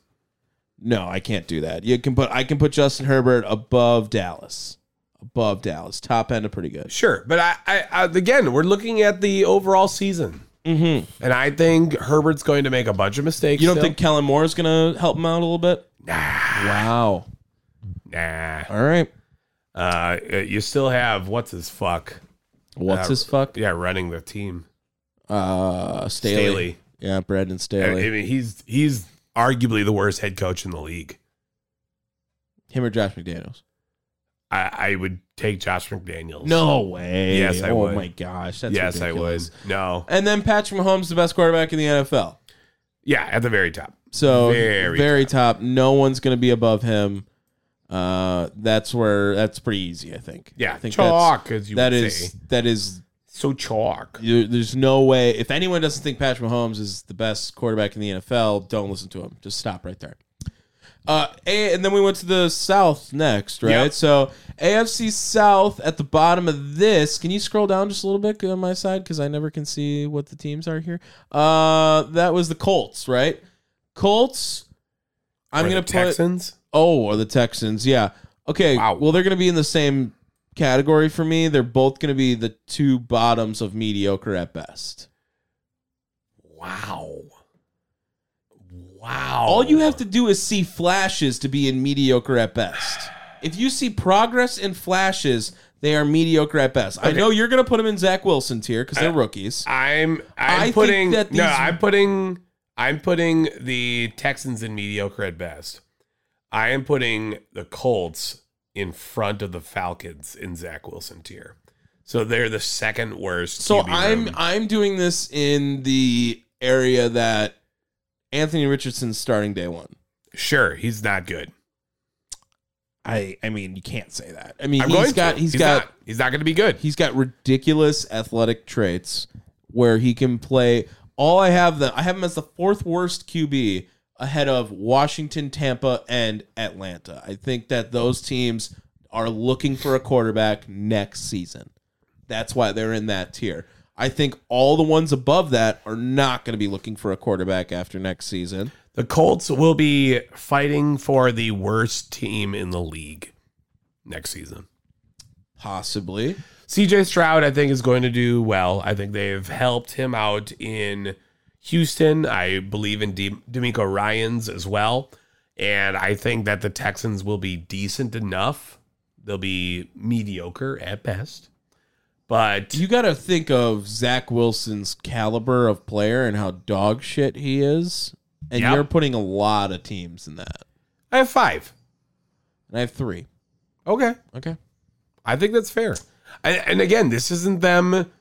S1: No, I can't do that. You can put I can put Justin Herbert above Dallas. Above Dallas. Top end of pretty good.
S3: Sure. But I, I, I again, we're looking at the overall season.
S1: Mm-hmm.
S3: And I think Herbert's going to make a bunch of mistakes.
S1: You don't
S3: still.
S1: think Kellen Moore is going to help him out a little bit? Wow.
S3: Nah.
S1: All right.
S3: Uh, you still have what's his fuck?
S1: What's
S3: Uh,
S1: his fuck?
S3: Yeah, running the team.
S1: Uh, Staley.
S3: Staley.
S1: Yeah, Brandon
S3: I
S1: Staley.
S3: mean, he's he's arguably the worst head coach in the league.
S1: Him or Josh McDaniels?
S3: I, I would take Josh McDaniels.
S1: No way.
S3: Yes, I
S1: oh
S3: would.
S1: my gosh. That's
S3: yes, I
S1: ridiculous.
S3: was. No.
S1: And then Patrick Mahomes, the best quarterback in the NFL.
S3: Yeah, at the very top.
S1: So very,
S3: Very
S1: top. No one's going to be above him. Uh, that's where that's pretty easy. I think.
S3: Yeah,
S1: I think
S3: chalk, as you
S1: that
S3: would
S1: is
S3: say.
S1: that is
S3: So chalk.
S1: you, there's no way if anyone doesn't think Patrick Mahomes is the best quarterback in the NFL, don't listen to him. Just stop right there. Uh, a- and then we went to the South next, right?
S3: Yep.
S1: So AFC South at the bottom of this. Can you scroll down just a little bit on my side because I never can see what the teams are here. Uh, that was the Colts, right? Colts. I'm
S3: Or
S1: gonna
S3: the
S1: put
S3: Texans.
S1: oh or the Texans, yeah. Okay,
S3: Wow.
S1: well they're gonna be in the same category for me. They're both gonna be the two bottoms of mediocre at best.
S3: Wow. Wow.
S1: All you have to do is see flashes to be in mediocre at best. If you see progress in flashes, they are mediocre at best. I know you're going to put them in Zach Wilson tier because they're rookies.
S3: I'm
S1: I
S3: I'm
S1: think
S3: putting
S1: that
S3: no,
S1: these-
S3: I'm putting I'm putting the Texans in mediocre at best. I am putting the Colts in front of the Falcons in Zach Wilson tier. So they're the second worst.
S1: so
S3: QB
S1: I'm
S3: room.
S1: I'm doing this in the area that Anthony Richardson's starting day one.
S3: sure he's not good.
S1: I I mean you can't say that. I mean
S3: I'm
S1: he's
S3: going
S1: got
S3: to.
S1: he's got
S3: not, he's not going to be good.
S1: He's got ridiculous athletic traits where he can play. All I have that I have him as the fourth worst QB ahead of Washington, Tampa, and Atlanta. I think that those teams are looking for a quarterback next season. That's why they're in that tier. I think all the ones above that are not going to be looking for a quarterback after next season.
S3: The Colts will be fighting for the worst team in the league next season.
S1: Possibly.
S3: CJ Stroud, I think, is going to do well. I think they've helped him out in Houston. I believe in De- D'Amico Ryan's as well. And I think that the Texans will be decent enough. They'll be mediocre at best. But
S1: You got to think of Zach Wilson's caliber of player and how dog shit he is, and
S3: Yep.
S1: you're putting a lot of teams in that.
S3: I have five.
S1: And I have three.
S3: Okay.
S1: Okay.
S3: I think that's fair. I, and again, this isn't them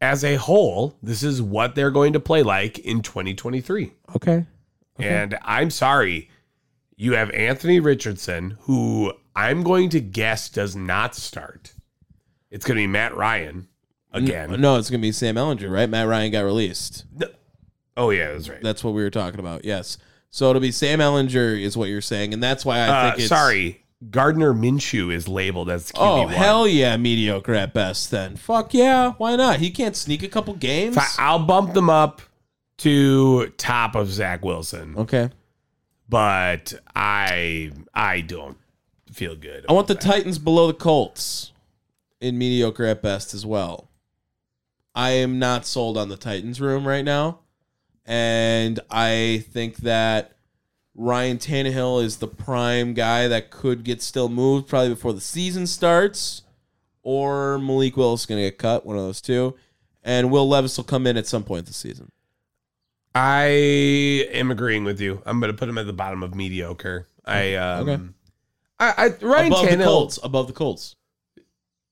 S3: as a whole. This is what they're going to play like in 2023.
S1: Okay.
S3: And I'm sorry, you have Anthony Richardson, who I'm going to guess does not start. It's going to be Matt Ryan again.
S1: No, it's gonna be Sam Ellinger, right? Matt Ryan got released.
S3: Oh yeah, that's right.
S1: That's what we were talking about. Yes. So it'll be Sam Ellinger, is what you're saying, and that's why I
S3: Uh,
S1: think it's
S3: sorry, Gardner Minshew is labeled as QB
S1: Oh
S3: one.
S1: hell yeah, mediocre at best. Then fuck yeah, why not? He can't sneak a couple games.
S3: Fi- I'll bump them up to top of Zach Wilson.
S1: Okay.
S3: but I I don't feel good.
S1: I want the Titans below the Colts in mediocre at best as well. I am not sold on the Titans room right now. And I think that Ryan Tannehill is the prime guy that could get still moved probably before the season starts. Or Malik Willis is going to get cut, one of those two. And Will Levis will come in at some point this season.
S3: I am agreeing with you. I'm going to put him at the bottom of mediocre. I um,
S1: Okay.
S3: I, I Ryan
S1: above the
S3: Tannehill.
S1: Colts. Above the Colts.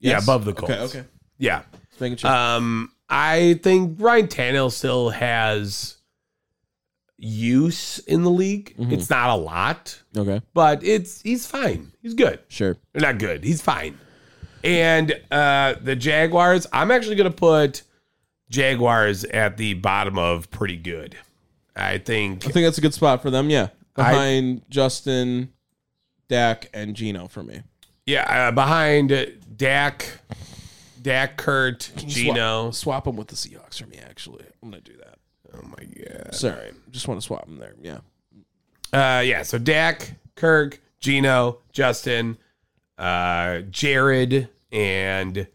S3: Yeah, above the
S1: Okay,
S3: Colts.
S1: okay.
S3: Yeah.
S1: Just making sure.
S3: Um, I think Ryan Tannehill still has use in the league.
S1: Mm-hmm.
S3: It's not a lot,
S1: okay.
S3: but it's he's fine. He's good.
S1: Sure.
S3: They're not good. He's fine. And uh the Jaguars, I'm actually gonna put Jaguars at the bottom of pretty good. I think
S1: I think that's a good spot for them. Yeah,
S3: I-
S1: behind Justin, Dak, and Gino for me.
S3: yeah, uh, behind Dak, Dak Kurt, Gino.
S1: swap, swap them with the Seahawks for me. Actually, I'm gonna do that.
S3: Oh my god.
S1: Sorry, just want to swap them there. Yeah,
S3: Uh yeah, so Dak, Kirk, Gino, Justin, uh Jared, and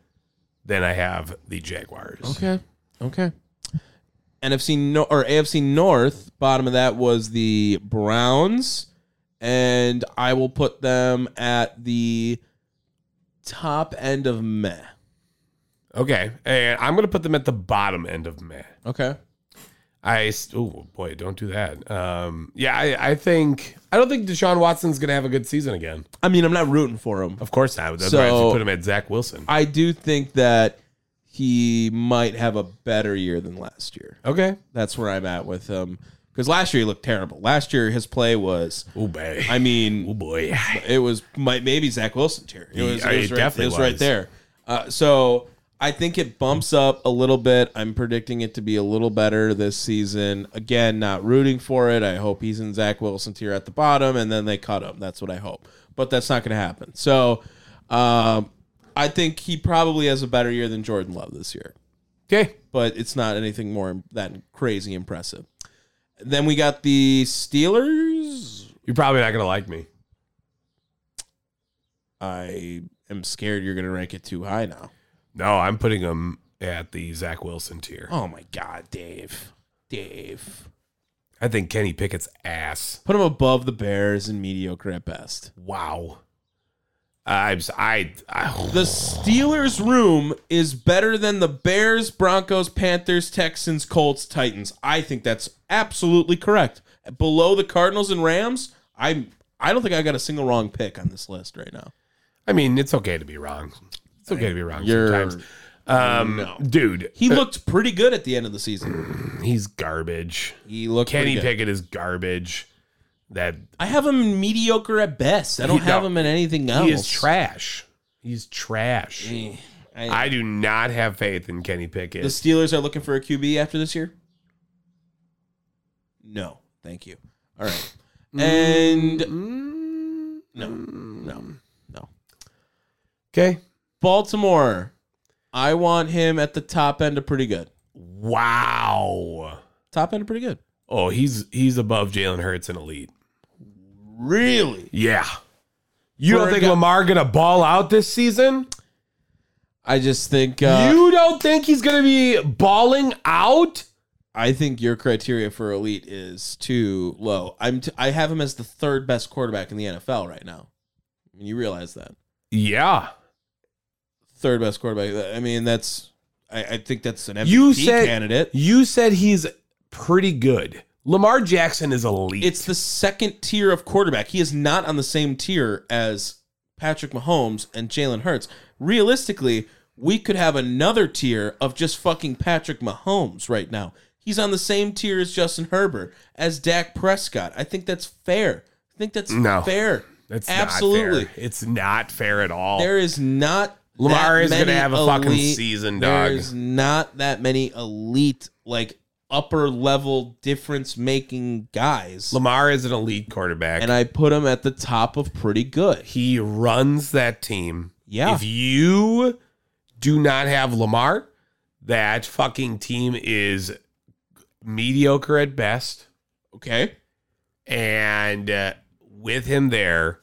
S3: then I have the Jaguars.
S1: Okay. Okay. NFC no- or AFC North, bottom of that was the Browns, and I will put them at the top end of meh.
S3: Okay. And I'm gonna put them at the bottom end of man.
S1: Okay.
S3: I oh boy, don't do that. Um, yeah, I, I think I don't think Deshaun Watson's gonna have a good season again.
S1: I mean, I'm not rooting for them.
S3: Of course not. That's
S1: So-
S3: why I put him at Zach Wilson.
S1: I do think that he might have a better year than last year.
S3: Okay.
S1: That's where I'm at with him. Because last year he looked terrible. Last year his play was,
S3: Oh boy.
S1: I
S3: oh
S1: mean,
S3: boy.
S1: it was my, maybe Zach Wilson tier. It was,
S3: Yeah,
S1: it
S3: it
S1: was right,
S3: definitely
S1: it was right
S3: was.
S1: there. Uh, so I think it bumps up a little bit. I'm predicting it to be a little better this season. Again, not rooting for it. I hope he's in Zach Wilson tier at the bottom, and then they cut him. That's what I hope. But that's not going to happen. So um, I think he probably has a better year than Jordan Love this year
S3: Okay.
S1: but it's not anything more that crazy impressive. Then we got the Steelers.
S3: You're probably not gonna like me.
S1: I am scared you're going to rank it too high now.
S3: No, I'm putting him at the Zach Wilson tier.
S1: Oh my God, Dave. Dave.
S3: I think Kenny Pickett's ass.
S1: Put him above the Bears and mediocre at best.
S3: Wow. I'm s- I, I
S1: The Steelers room is better than the Bears, Broncos, Panthers, Texans, Colts, Titans. I think that's absolutely correct. Below the Cardinals and Rams, I'm I don't think I got a single wrong pick on this list right now.
S3: I mean it's okay to be wrong. It's okay to be wrong
S1: You're-
S3: sometimes. Um, dude,
S1: He looked pretty good at the end of the season.
S3: he's garbage.
S1: He looked
S3: Kenny
S1: pretty good.
S3: Pickett is garbage. That
S1: I have him mediocre at best. I don't
S3: He-
S1: have
S3: no.
S1: him in anything else.
S3: He is trash. He's trash.
S1: Eh, I-
S3: I do not have faith in Kenny Pickett.
S1: the Steelers are looking for a QB after this year. No, thank you. All right,
S3: Mm-hmm.
S1: and Mm, no, no, no.
S3: okay.
S1: Baltimore. I want him at the top end of pretty good.
S3: Wow.
S1: Top end of pretty good.
S3: Oh, he's he's above Jalen Hurts and elite.
S1: Really?
S3: Yeah. You
S1: For
S3: don't
S1: a
S3: think
S1: guy-
S3: Lamar gonna ball out this season?
S1: I just think uh,
S3: you don't think he's going to be balling out?
S1: I think your criteria for elite is too low. I'm t- I have him as the third best quarterback in the NFL right now. I mean, you realize that
S3: Yeah.
S1: third best quarterback. I mean, that's I, I think that's an MVP
S3: You said-
S1: candidate.
S3: You said he's pretty good. Lamar Jackson is elite.
S1: It's the second tier of quarterback. He is not on the same tier as Patrick Mahomes and Jalen Hurts. Realistically, we could have another tier of just fucking Patrick Mahomes right now. He's on the same tier as Justin Herbert, as Dak Prescott. I think that's fair. I think that's
S3: No.
S1: fair.
S3: That's
S1: absolutely.
S3: Not fair. It's not fair at all.
S1: There is not
S3: Lamar
S1: that
S3: is gonna
S1: many
S3: have a fucking season, dog.
S1: There's not that many elite, like upper level difference making guys,
S3: Lamar is an elite quarterback.
S1: and I put him at the top of pretty good.
S3: he runs that team.
S1: Yeah.
S3: If you do not have Lamar, that fucking team is mediocre at best.
S1: Okay,
S3: And uh, with him there,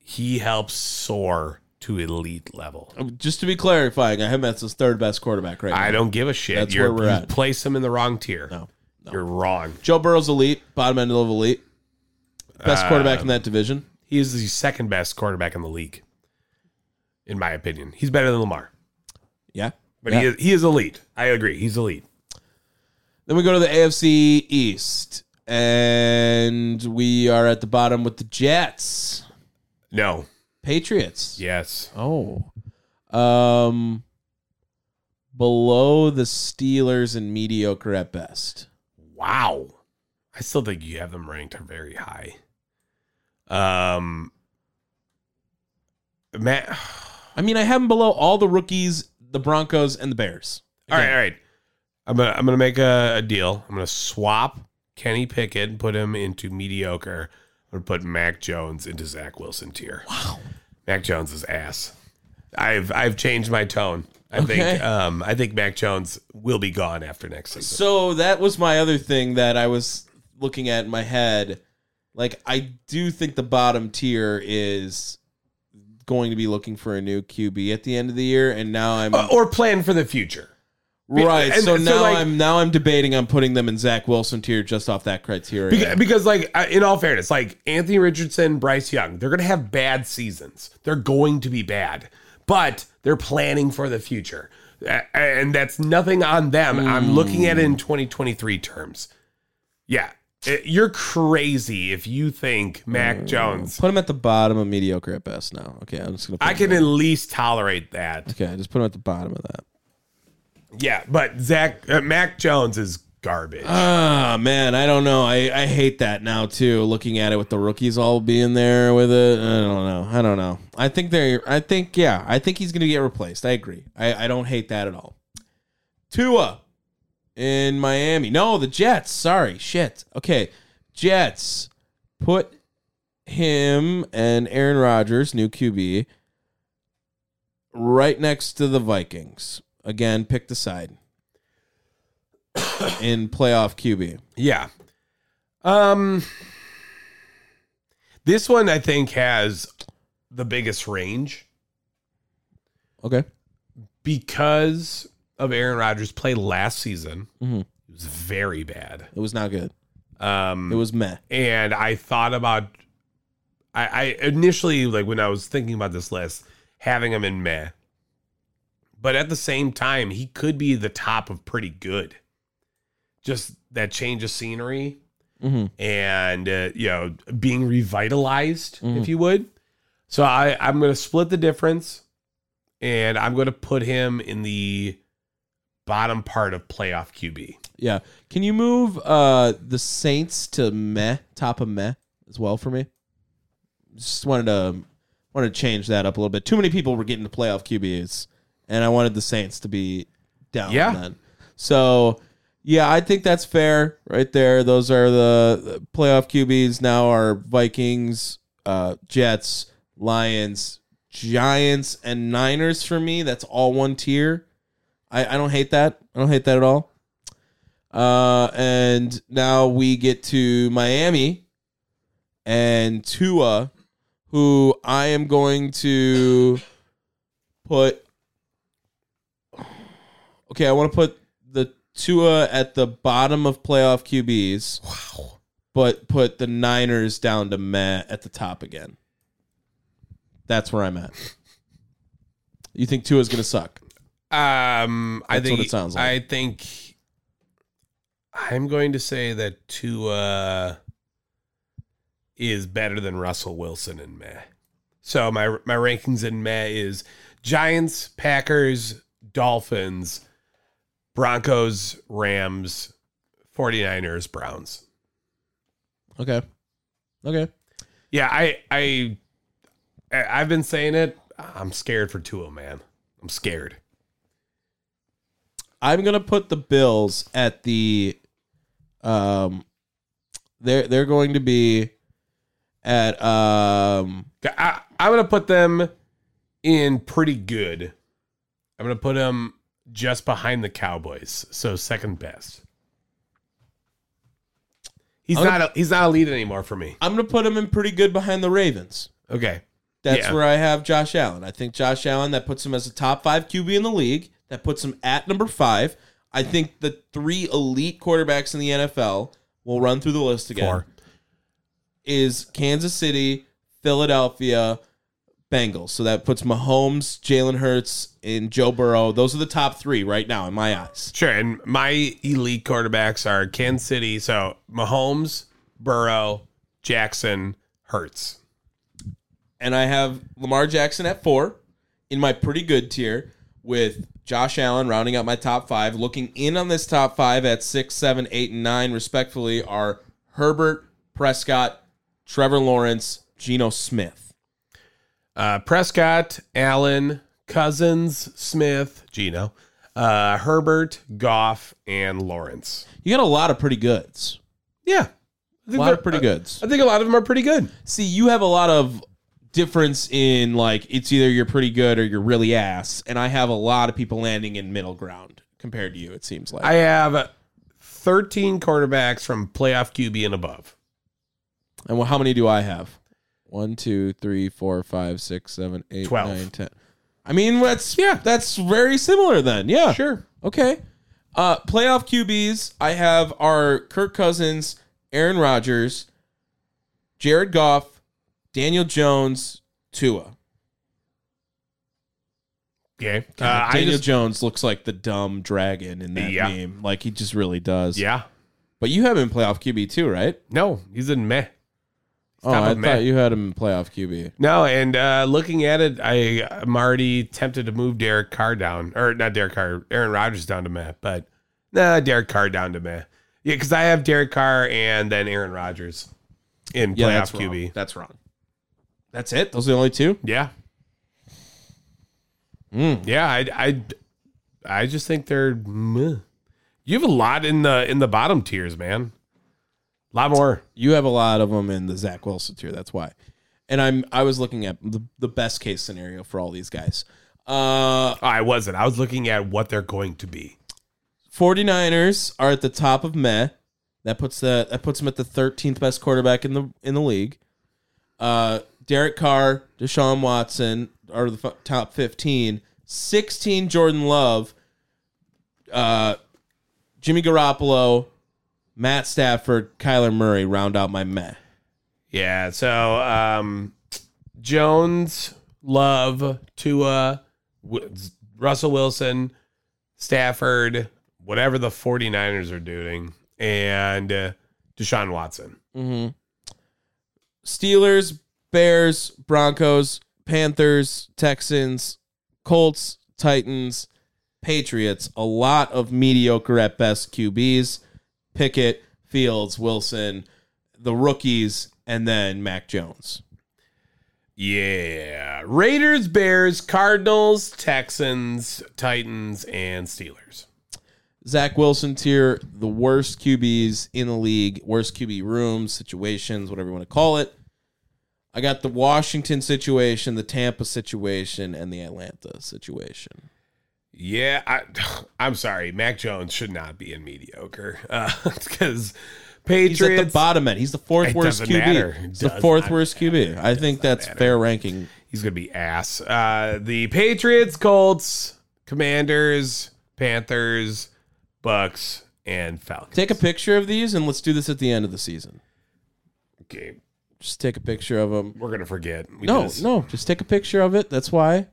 S3: he helps soar to elite level.
S1: Um, just to be clarifying, I have him as his third best quarterback right now.
S3: I don't give a shit.
S1: That's
S3: You're,
S1: where we're
S3: you
S1: at.
S3: place him in the wrong tier.
S1: No, no.
S3: You're wrong.
S1: Joe Burrow's elite, bottom end of elite, best
S3: Uh,
S1: quarterback in that division.
S3: He is the second best quarterback in the league, in my opinion. He's better than Lamar,
S1: Yeah,
S3: but
S1: Yeah.
S3: he is he is elite. I agree. He's elite.
S1: Then we go to the AFC East, and we are at the bottom with the Jets,
S3: No.
S1: Patriots.
S3: Yes.
S1: Oh. Um below the Steelers and mediocre at best.
S3: Wow. I still think you have them ranked very high. Um, Matt.
S1: I mean, I have them below all the rookies, the Broncos, and the Bears.
S3: All right,
S1: Again,
S3: all right. I'm gonna I'm gonna make a, a deal. I'm gonna swap Kenny Pickett and put him into mediocre. I'm gonna put Mac Jones into Zach Wilson tier. Wow. Mac Jones is ass. I've I've changed my tone. I
S1: Okay.
S3: think um I think Mac Jones will be gone after next season.
S1: So that was my other thing that I was looking at in my head. Like, I do think the bottom tier is going to be looking for a new QB at the end of the year, and now I'm
S3: Uh, or plan for the future.
S1: right.
S3: and-
S1: so
S3: so,
S1: now
S3: like-
S1: I'm now I'm debating on putting them in Zach Wilson tier just off that criteria.
S3: Because, because like uh, in all fairness, like Anthony Richardson, Bryce Young, they're gonna have bad seasons. They're going to be bad, but they're planning for the future, A- and that's nothing on them. I'm looking at it in 2023 terms. Yeah, It- you're crazy if you think Mac Jones.
S1: Put him at the bottom of mediocre at best now. Okay, I'm just gonna. Put
S3: I
S1: him
S3: can
S1: there.
S3: at least tolerate that.
S1: Okay, just put him at the bottom of that.
S3: Yeah, but Zach uh, Mac Jones is garbage.
S1: Ah man, I don't know. I, I hate that now too. Looking at it with the rookies all being there with it, I don't know. I don't know. I think they're. I think yeah. I think he's gonna get replaced. I agree. I I don't hate that at all. Tua in Miami. No, the Jets. Sorry, shit. Okay, Jets put him and Aaron Rodgers, new QB, right next to the Vikings. Again, pick the side in playoff QB.
S3: Yeah. Um this one I think has the biggest range
S1: Okay.
S3: because of Aaron Rodgers' play last season.
S1: Mhm.
S3: It was very bad.
S1: It was not good.
S3: Um
S1: It was meh.
S3: and I thought about I, I initially like when I was thinking about this list, having him in meh. But at the same time, he could be the top of pretty good. Just that change of scenery
S1: Mhm.
S3: and uh, you know being revitalized, if you would. So I I'm going to split the difference, and I'm going to put him in the bottom part of playoff QB.
S1: Yeah. Can you move uh the Saints to meh, top of meh as well for me? Just wanted to wanted to change that up a little bit. Too many people were getting to playoff QBs, and I wanted the Saints to be down
S3: Yeah.
S1: then. So yeah, I think that's fair right there. Those are the the playoff QBs now are Vikings, uh, Jets, Lions, Giants, and Niners for me. That's all one tier. I, I don't hate that. I don't hate that at all. Uh, and now we get to Miami and Tua, who I am going to put Okay, I want to put the Tua at the bottom of playoff QBs. Wow. But put the Niners down to Matt at the top again. That's where I'm at. You think Tua's going to suck?
S3: Um, I
S1: That's
S3: think
S1: what it sounds like.
S3: I think I'm going to say that Tua is better than Russell Wilson in May. So my my rankings in May is Giants, Packers, Dolphins, Broncos, Rams, 49ers, Browns.
S1: Okay. Okay.
S3: Yeah, I I I- I've been saying it. I'm scared for Tua, man. I'm scared.
S1: I'm gonna put the Bills at the um they're they're going to be at um
S3: I, I'm gonna put them in pretty good. I'm gonna put them just behind the Cowboys, so second best. He's
S1: I'm gonna-
S3: not a, he's not a lead anymore for me.
S1: I'm gonna put them in pretty good behind the Ravens.
S3: Okay,
S1: That's
S3: Yeah.
S1: where I have Josh Allen. I think Josh Allen that puts him as a top five QB in the league. That puts him at number five. I think the three elite quarterbacks in the NFL will run through the list again.
S3: Four.
S1: Is Kansas City, Philadelphia, Bengals. So that puts Mahomes, Jalen Hurts, and Joe Burrow. Those are the top three right now in my eyes.
S3: sure. And my elite quarterbacks are Kansas City, so Mahomes, Burrow, Jackson, Hurts.
S1: and I have Lamar Jackson at four in my pretty good tier with Josh Allen rounding out my top five. Looking in on this top five at six, seven, eight, and nine, respectfully, are Herbert, Prescott, Trevor Lawrence, Geno Smith.
S3: Uh, Prescott, Allen, Cousins, Smith, Gino, uh, Herbert, Goff, and Lawrence.
S1: You got a lot of pretty goods.
S3: Yeah. I
S1: A
S3: think
S1: lot of
S3: they're-
S1: pretty
S3: I-
S1: goods.
S3: I think a lot of them are pretty good.
S1: See, you have a lot of difference in like it's either you're pretty good or you're really ass, and I have a lot of people landing in middle ground compared to you. It seems like
S3: I have 13 quarterbacks from playoff QB and above.
S1: And well, how many do I have? One, two, three, four, five, six, seven, eight,
S3: Twelve.
S1: nine, ten. I mean, that's yeah, that's very similar then. Yeah,
S3: Sure.
S1: Okay. Uh, playoff QBs. I have are Kirk Cousins, Aaron Rodgers, Jared Goff, Daniel Jones, Tua.
S3: Okay. Uh, I
S1: Daniel
S3: just,
S1: Jones looks like the dumb dragon in that
S3: Yeah.
S1: meme. Like he just really does.
S3: yeah.
S1: But you have him in playoff QB too, right?
S3: No, he's in meh.
S1: Oh,
S3: top
S1: I
S3: of meh.
S1: thought you had him in playoff QB.
S3: No, and uh, looking at it, I, I'm already tempted to move Derek Carr down, or not Derek Carr, Aaron Rodgers down to meh, but nah, Derek Carr down to meh. Yeah, because I have Derek Carr and then Aaron Rodgers in
S1: Yeah,
S3: playoff
S1: that's wrong.
S3: QB.
S1: That's wrong. That's it. Those are the only two.
S3: Yeah.
S1: Mm.
S3: Yeah, I, I, I just think they're. meh. You have a lot in the in the bottom tiers, man. A lot more.
S1: You have a lot of them in the Zach Wilson tier. That's why. And I'm I was looking at the, the best case scenario for all these guys. Uh
S3: Oh, I wasn't. I was looking at what they're going to be.
S1: 49ers are at the top of meh. That puts the that puts them at the 13th best quarterback in the in the league. Uh Derek Carr, Deshaun Watson are the f- top 15. 16 Jordan Love, uh Jimmy Garoppolo, Matt Stafford, Kyler Murray round out my meh.
S3: Yeah. So um, Jones, Love, Tua, w- Russell Wilson, Stafford, whatever the 49ers are doing, and uh, Deshaun Watson.
S1: hmm Steelers, Bears, Broncos, Panthers, Texans, Colts, Titans, Patriots. A lot of mediocre at best QBs. Pickett, Fields, Wilson, the rookies, and then Mac Jones.
S3: Yeah. Raiders, Bears, Cardinals, Texans, Titans, and Steelers.
S1: Zach Wilson tier, the worst QBs in the league, worst QB rooms, situations, whatever you want to call it. I got the Washington situation, the Tampa situation, and the Atlanta situation.
S3: Yeah, I, *sighs* I'm sorry. Mac Jones should not be in mediocre *laughs* because Patriots.
S1: He's at the bottom end. He's the fourth
S3: It
S1: worst
S3: doesn't matter.
S1: QB.
S3: It
S1: He's the
S3: does
S1: fourth
S3: not
S1: worst QB. I think that's fair ranking.
S3: He's gonna be ass. Uh, the Patriots, Colts, Commanders, Panthers, Bucks, and Falcons.
S1: Take a picture of these and let's do this at the end of the season.
S3: okay.
S1: Just take a picture of them.
S3: We're gonna forget. We
S1: No,
S3: did this.
S1: no, just take a picture of it. That's why.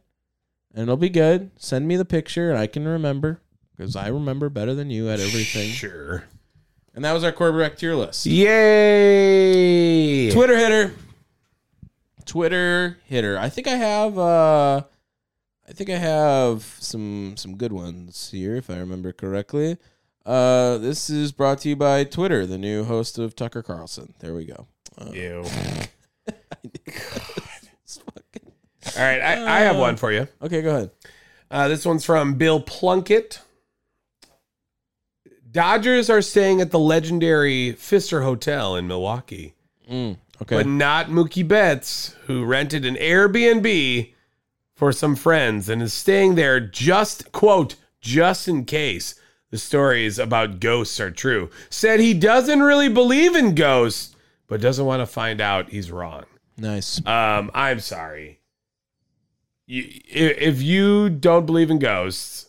S1: And it'll be good. Send me the picture and I can remember because I remember better than you at everything.
S3: Sure.
S1: And that was our quarterback tier list.
S3: Yay!
S1: Twitter hitter. Twitter hitter. I think I have uh I think I have some some good ones here if I remember correctly. Uh this is brought to you by Twitter, the new host of Tucker Carlson. There we go.
S3: Ew.
S1: It's fucking-
S3: All right, I, I have one for you.
S1: Okay, go ahead.
S3: Uh, this one's from Bill Plunkett. Dodgers are staying at the legendary Pfister Hotel in Milwaukee,
S1: Okay.
S3: but not Mookie Betts, who rented an Airbnb for some friends and is staying there just, quote, just in case the stories about ghosts are true. Said he doesn't really believe in ghosts, but doesn't want to find out he's wrong.
S1: nice.
S3: Um, I'm sorry. You, i- if you don't believe in ghosts,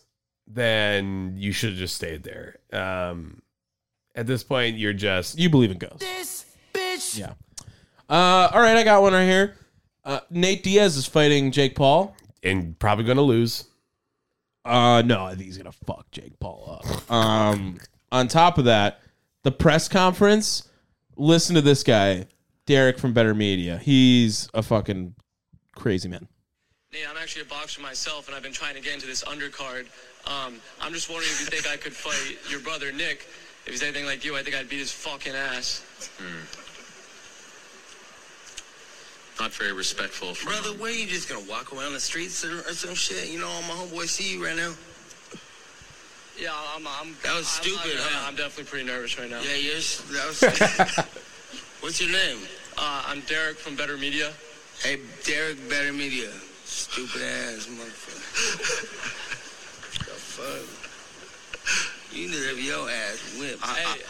S3: then you should have just stayed there. Um, at this point, you're just
S1: You believe in ghosts. This bitch. Yeah. Uh all right, I got one right here. Uh, Nate Diaz is fighting Jake Paul.
S3: and probably gonna lose.
S1: Uh, no, I think he's gonna fuck Jake Paul up. Um, on top of that, the press conference. Listen to this guy, Derek from Better Media. He's a fucking crazy man. *laughs*
S5: Nate, I'm actually a boxer myself, and I've been trying to get into this undercard. Um, I'm just wondering if you think I could fight your brother Nick. If he's anything like you, I think I'd beat his fucking ass. Hmm. Not very respectful. From
S6: Brother, where you just gonna walk around the streets or, or some shit? You know, all my homeboy see you right now.
S5: Yeah, I'm. I'm
S6: That was
S5: I'm-
S6: stupid,
S5: I'm,
S6: huh?
S5: I'm definitely pretty nervous right now.
S6: Yeah, yours. That
S5: *laughs*
S6: was. What's your name?
S5: Uh, I'm Derek from Better Media.
S6: Hey, Derek Better Media. Stupid ass motherfucker. the fuck? You deserve your ass whipped.
S5: Hey,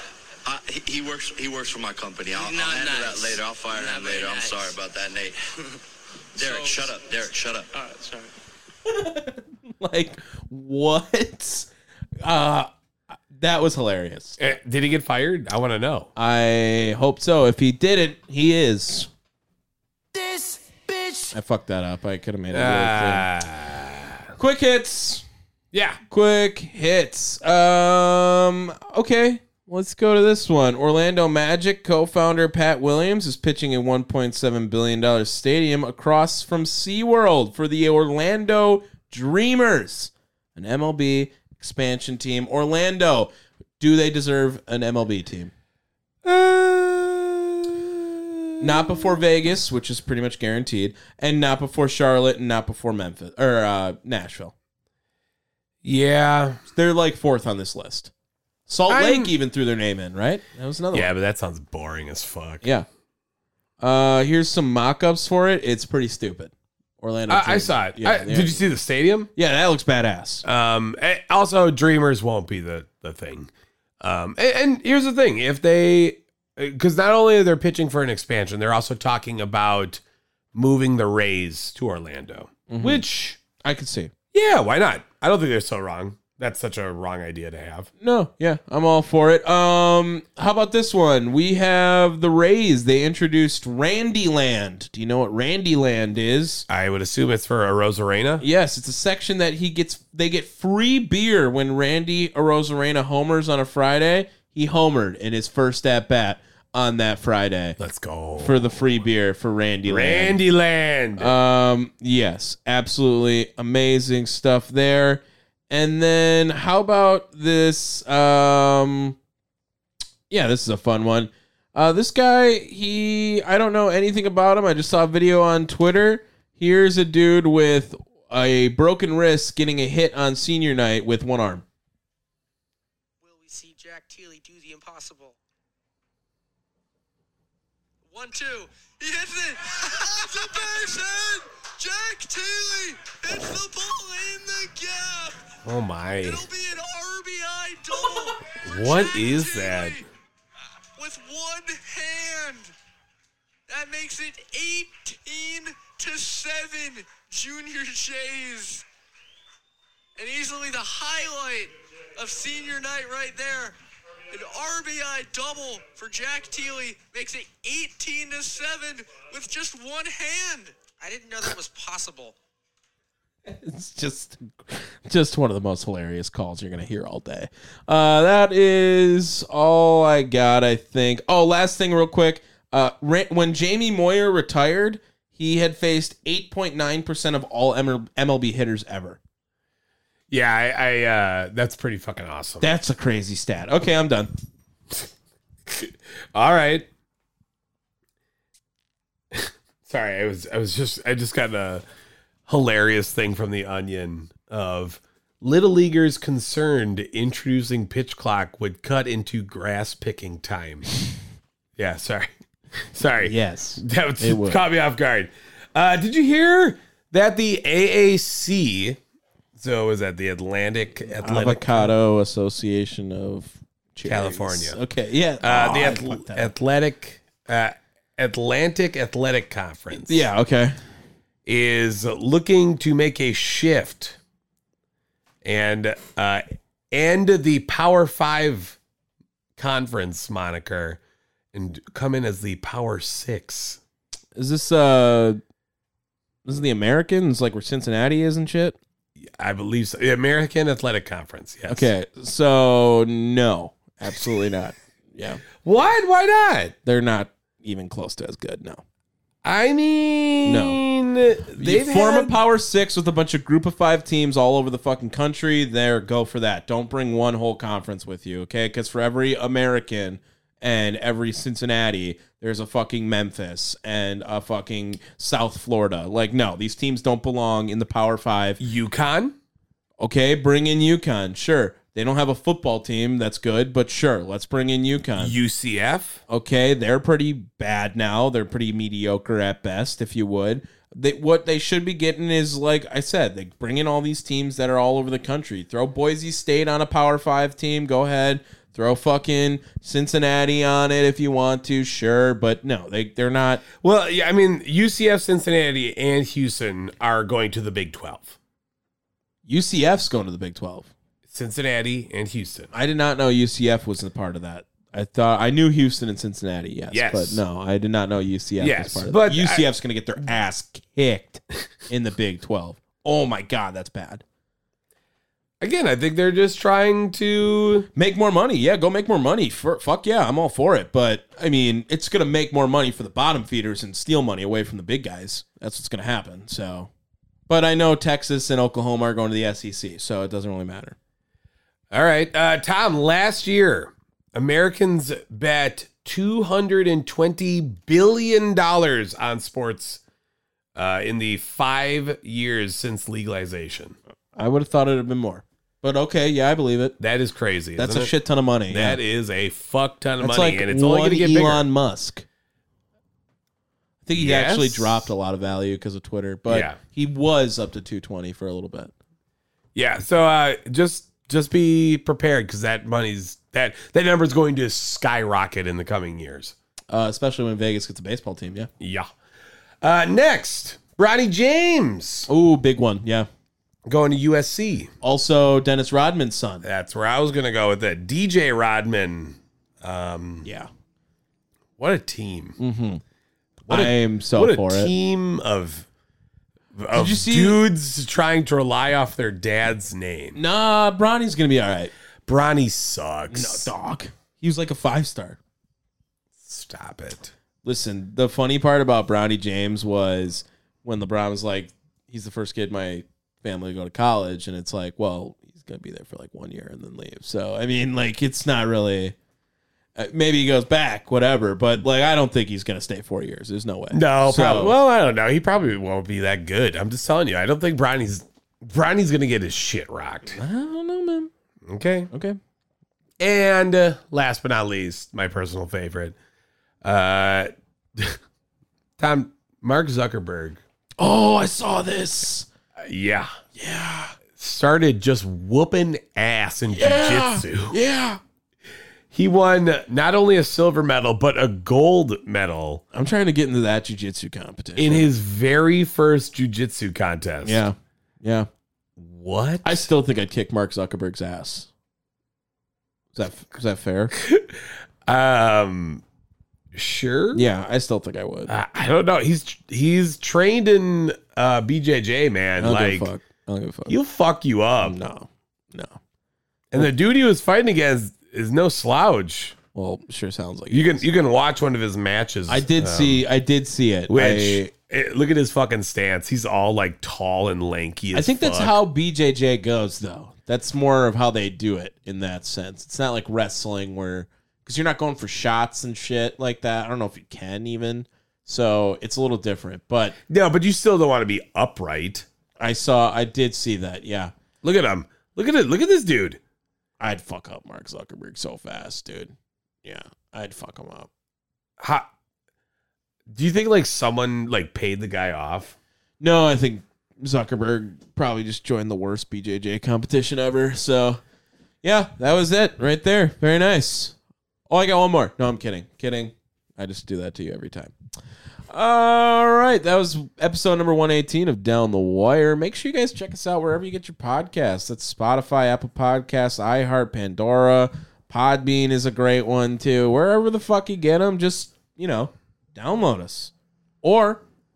S7: I, he- he works. He works for my company. I'll, I'll
S6: Not
S7: handle
S6: nice.
S7: that later. I'll fire
S6: Not
S7: him
S6: very
S7: later. I'm
S6: nice.
S7: sorry about that,
S5: *laughs*
S7: Nate. Derek,
S5: So-
S7: shut up. Derek, shut up.
S5: all right, sorry.
S1: Like what? Uh, that was hilarious.
S3: Eh, Did he get fired? I want to know.
S1: I hope so. If he didn't, he is. This bitch. Ah. I fucked that up. I could have made it. Really clear. Quick hits.
S3: Ah. yeah.
S1: quick hits. Um, okay, let's go to this one. Orlando Magic co-founder Pat Williams is pitching a 1.7 billion dollar stadium across from SeaWorld for the Orlando Dreamers, an MLB expansion team. Orlando, do they deserve an MLB team?
S3: Uh,
S1: Not before Vegas, which is pretty much guaranteed, and not before Charlotte, and not before Memphis or uh, Nashville.
S3: Yeah.
S1: They're like fourth on this list. Salt
S3: I'm-
S1: Lake even threw their name in, right? That was another
S3: Yeah,
S1: one.
S3: but that sounds boring as fuck.
S1: Yeah. Uh, here's some mock ups for it. It's pretty stupid. Orlando.
S3: I, I
S1: Dream.
S3: saw it.
S1: Yeah,
S3: I-
S1: yeah.
S3: did you see the stadium?
S1: Yeah, that looks badass.
S3: Um, eh, also, Dreamers won't be the the thing. Um, a- and, here's the thing: if they, because not only are they pitching for an expansion, they're also talking about moving the Rays to Orlando.
S1: Mm-hmm.
S3: Which,
S1: I could see.
S3: yeah, why not? I don't think they're so wrong. That's such a wrong idea to have.
S1: No, yeah, I'm all for it. Um, how about this one? We have the Rays. They introduced Randyland. Do you know what Randyland is?
S3: I would assume it's for a Rosarena.
S1: Yes, it's a section that he gets. They get free beer when Randy Arozarena homers on a Friday. He homered in his first at bat on that Friday
S3: Let's go,
S1: for the free beer for Randy. Land.
S3: Randy Land.
S1: Um. Yes, absolutely amazing stuff there. And then how about this? Um. Yeah, this is a fun one. Uh, this guy, he, I don't know anything about him. I just saw a video on Twitter. Here's a dude with a broken wrist getting a hit on senior night with one arm.
S6: Will we see Jack Tealy do the impossible? One, two. He hits it! That's amazing! Jack Tealy hits the ball in the gap!
S3: oh my!
S6: It'll be an RBI double! for
S3: What
S6: Jack
S3: is
S6: Tealy
S3: that?
S6: With one hand! That makes it 18 to 7 Junior Jays!
S5: and easily the highlight of senior night right there. An RBI double for Jack Teely makes it 18 to 7 with just one hand. I didn't know that was possible.
S1: It's just just one of the most hilarious calls you're gonna hear all day. Uh, that is all I got, I think. Oh, last thing, real quick. Uh, Ra- when Jamie Moyer retired, he had faced 8.9 percent of all ML- MLB hitters ever.
S3: Yeah, I, I uh, that's pretty fucking awesome.
S1: That's a crazy stat. Okay, I'm done.
S3: All right. *laughs* Sorry, I was I was just I just got a hilarious thing from the Onion of little leaguers concerned introducing pitch clock would cut into grass picking time. *laughs* yeah, sorry, *laughs* sorry.
S1: Yes.
S3: that was,
S1: It would.
S3: caught me off guard. Uh, did you hear that the AAC? So is that the Atlantic Athletic
S1: *laughs* Avocado Association of Cherries.
S3: California.
S1: Okay, yeah.
S3: uh,
S1: Oh,
S3: the
S1: I
S3: Atl-
S1: fucked that up.
S3: athletic uh, Atlantic Athletic Conference
S1: yeah. Okay.
S3: is looking to make a shift and uh, end the Power Five conference moniker and come in as the Power Six.
S1: Is this uh? This is the Americans, like where Cincinnati is and shit.
S3: I believe so. The American Athletic Conference. Yes.
S1: Okay, so no, absolutely not. Yeah,
S3: What? Why not?
S1: they're not even close to as good. No,
S3: I mean, no.
S1: they form a power six with a bunch of group of five teams all over the fucking country. There, go for that. Don't bring one whole conference with you, okay? Because for every American and every Cincinnati, there's a fucking Memphis and a fucking South Florida. Like, no, these teams don't belong in the Power Five.
S3: UConn.
S1: Okay, bring in UConn. Sure, they don't have a football team that's good, but sure, let's bring in UConn.
S3: UCF.
S1: Okay, they're pretty bad now. They're pretty mediocre at best, if you would. They, what they should be getting is, like I said, they bring in all these teams that are all over the country. Throw Boise State on a Power Five team. Go ahead. Throw fucking Cincinnati on it if you want to. Sure, but no, they they're not.
S3: Well, yeah, I mean, UCF, Cincinnati, and Houston are going to the Big 12.
S1: UCF's going to the Big Twelve.
S3: Cincinnati and Houston.
S1: I did not know UCF was a part of that. I thought I knew Houston and Cincinnati. Yes,
S3: Yes.
S1: but no, I did not know UCF.
S3: Yes,
S1: was part of
S3: but
S1: that. UCF's going to get their ass
S3: *laughs*
S1: kicked in the Big Twelve. Oh my God, that's bad.
S3: Again, I think they're just trying to.
S1: Make more money, yeah. Go make more money. For, fuck yeah, I'm all for it. But I mean, it's going to make more money for the bottom feeders and steal money away from the big guys. That's what's going to happen. So, but I know Texas and Oklahoma are going to the SEC, so it doesn't really matter.
S3: All right. Uh, Tom, last year, Americans bet $220 billion on sports uh, in the five years since legalization.
S1: I would have thought it would have been more, but okay, yeah, I believe it.
S3: That is crazy.
S1: That's
S3: isn't
S1: a
S3: it?
S1: shit ton of money. yeah.
S3: That is a fuck ton of
S1: That's
S3: money,
S1: like
S3: and it's
S1: one
S3: only going to get
S1: Elon
S3: bigger.
S1: Musk. I think he
S3: Yes.
S1: actually dropped a lot of value because of Twitter, but
S3: Yeah.
S1: he was up to 220 for a little bit.
S3: Yeah, so uh, just just be prepared because that money's that that number's going to skyrocket in the coming years.
S1: Uh, especially when Vegas gets a baseball team, yeah.
S3: Yeah. Uh, next, Bronny James
S1: Oh, big one, yeah.
S3: going to USC.
S1: Also, Dennis Rodman's son.
S3: That's where I was going to go with it. DJ Rodman, Um,
S1: Yeah,
S3: what a team!
S1: I am so
S3: what a
S1: Mm-hmm. for it.
S3: team of of
S1: you see-
S3: dudes trying to rely off their dad's name.
S1: Nah, Bronny's gonna be all right.
S3: Bronny sucks.
S1: dog. He was like a five star.
S3: Stop it.
S1: Listen, the funny part about Bronny James was when LeBron was like, he's the first kid in my family to go to college, and it's like, well, he's gonna be there for like one year and then leave. So I mean, like, it's not really. uh, Maybe he goes back, whatever. But like, I don't think he's gonna stay four years. There's no way.
S3: No,
S1: So,
S3: probably. Well, I don't know. He probably won't be that good. I'm just telling you. I don't think Bronny's Bronny's gonna get his shit rocked.
S1: I don't know, man.
S3: Okay.
S1: Okay.
S3: And uh, last but not least, my personal favorite, uh, *laughs* Tom Mark Zuckerberg.
S1: Oh, I saw this.
S3: Uh, yeah, yeah. Started just whooping ass in jujitsu.
S1: Yeah.
S3: He won not only a silver medal but a gold medal
S1: I'm trying to get into that jujitsu competition.
S3: in his very first jujitsu contest.
S1: yeah. Yeah.
S3: What?
S1: I still think I'd kick Mark Zuckerberg's ass. Is that is that fair?
S3: Um, sure.
S1: yeah, I still think I would.
S3: I, I don't know. He's he's trained in uh, BJJ, man.
S1: I don't
S3: like
S1: give a fuck. I don't give a fuck.
S3: he'll fuck you um, up.
S1: no, no.
S3: And the dude he was fighting against is no slouch.
S1: Well, sure sounds like
S3: You
S1: it.
S3: can you can watch one of his matches.
S1: I did
S3: um,
S1: see. I did see it.
S3: which. eh, look at his fucking stance. He's all like tall and lanky.
S1: I, I
S3: as
S1: think that's
S3: fuck.
S1: how BJJ goes, though. That's more of how they do it in that sense. It's not like wrestling where because you're not going for shots and shit like that. I don't know if you can even. So it's a little different. But
S3: No, but you still don't want to be upright.
S1: I saw. I did see that. Yeah,
S3: Look at him. Look at it. Look at this dude.
S1: I'd fuck up Mark Zuckerberg so fast, dude. Yeah, I'd fuck him up.
S3: How, do you think like someone like paid the guy off?
S1: No, I think Zuckerberg probably just joined the worst BJJ competition ever. So, yeah, that was it right there. Very nice. Oh, I got one more. No, I'm kidding. Kidding. I just do that to you every time. All right, that was episode number 118 of Down the Wire. Make sure you guys check us out wherever you get your podcasts. That's Spotify, Apple Podcasts, iHeart, Pandora. Podbean is a great one too. Wherever the fuck you get them, just, you know, download us. Or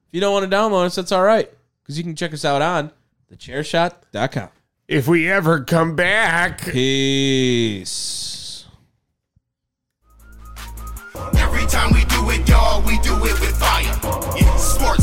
S1: if you don't want to download us, that's all right because you can check us out on thechairshot.com.
S3: If we ever come back.
S1: Peace.
S2: Every time we do it, y'all, we do it with fire. Yeah, sports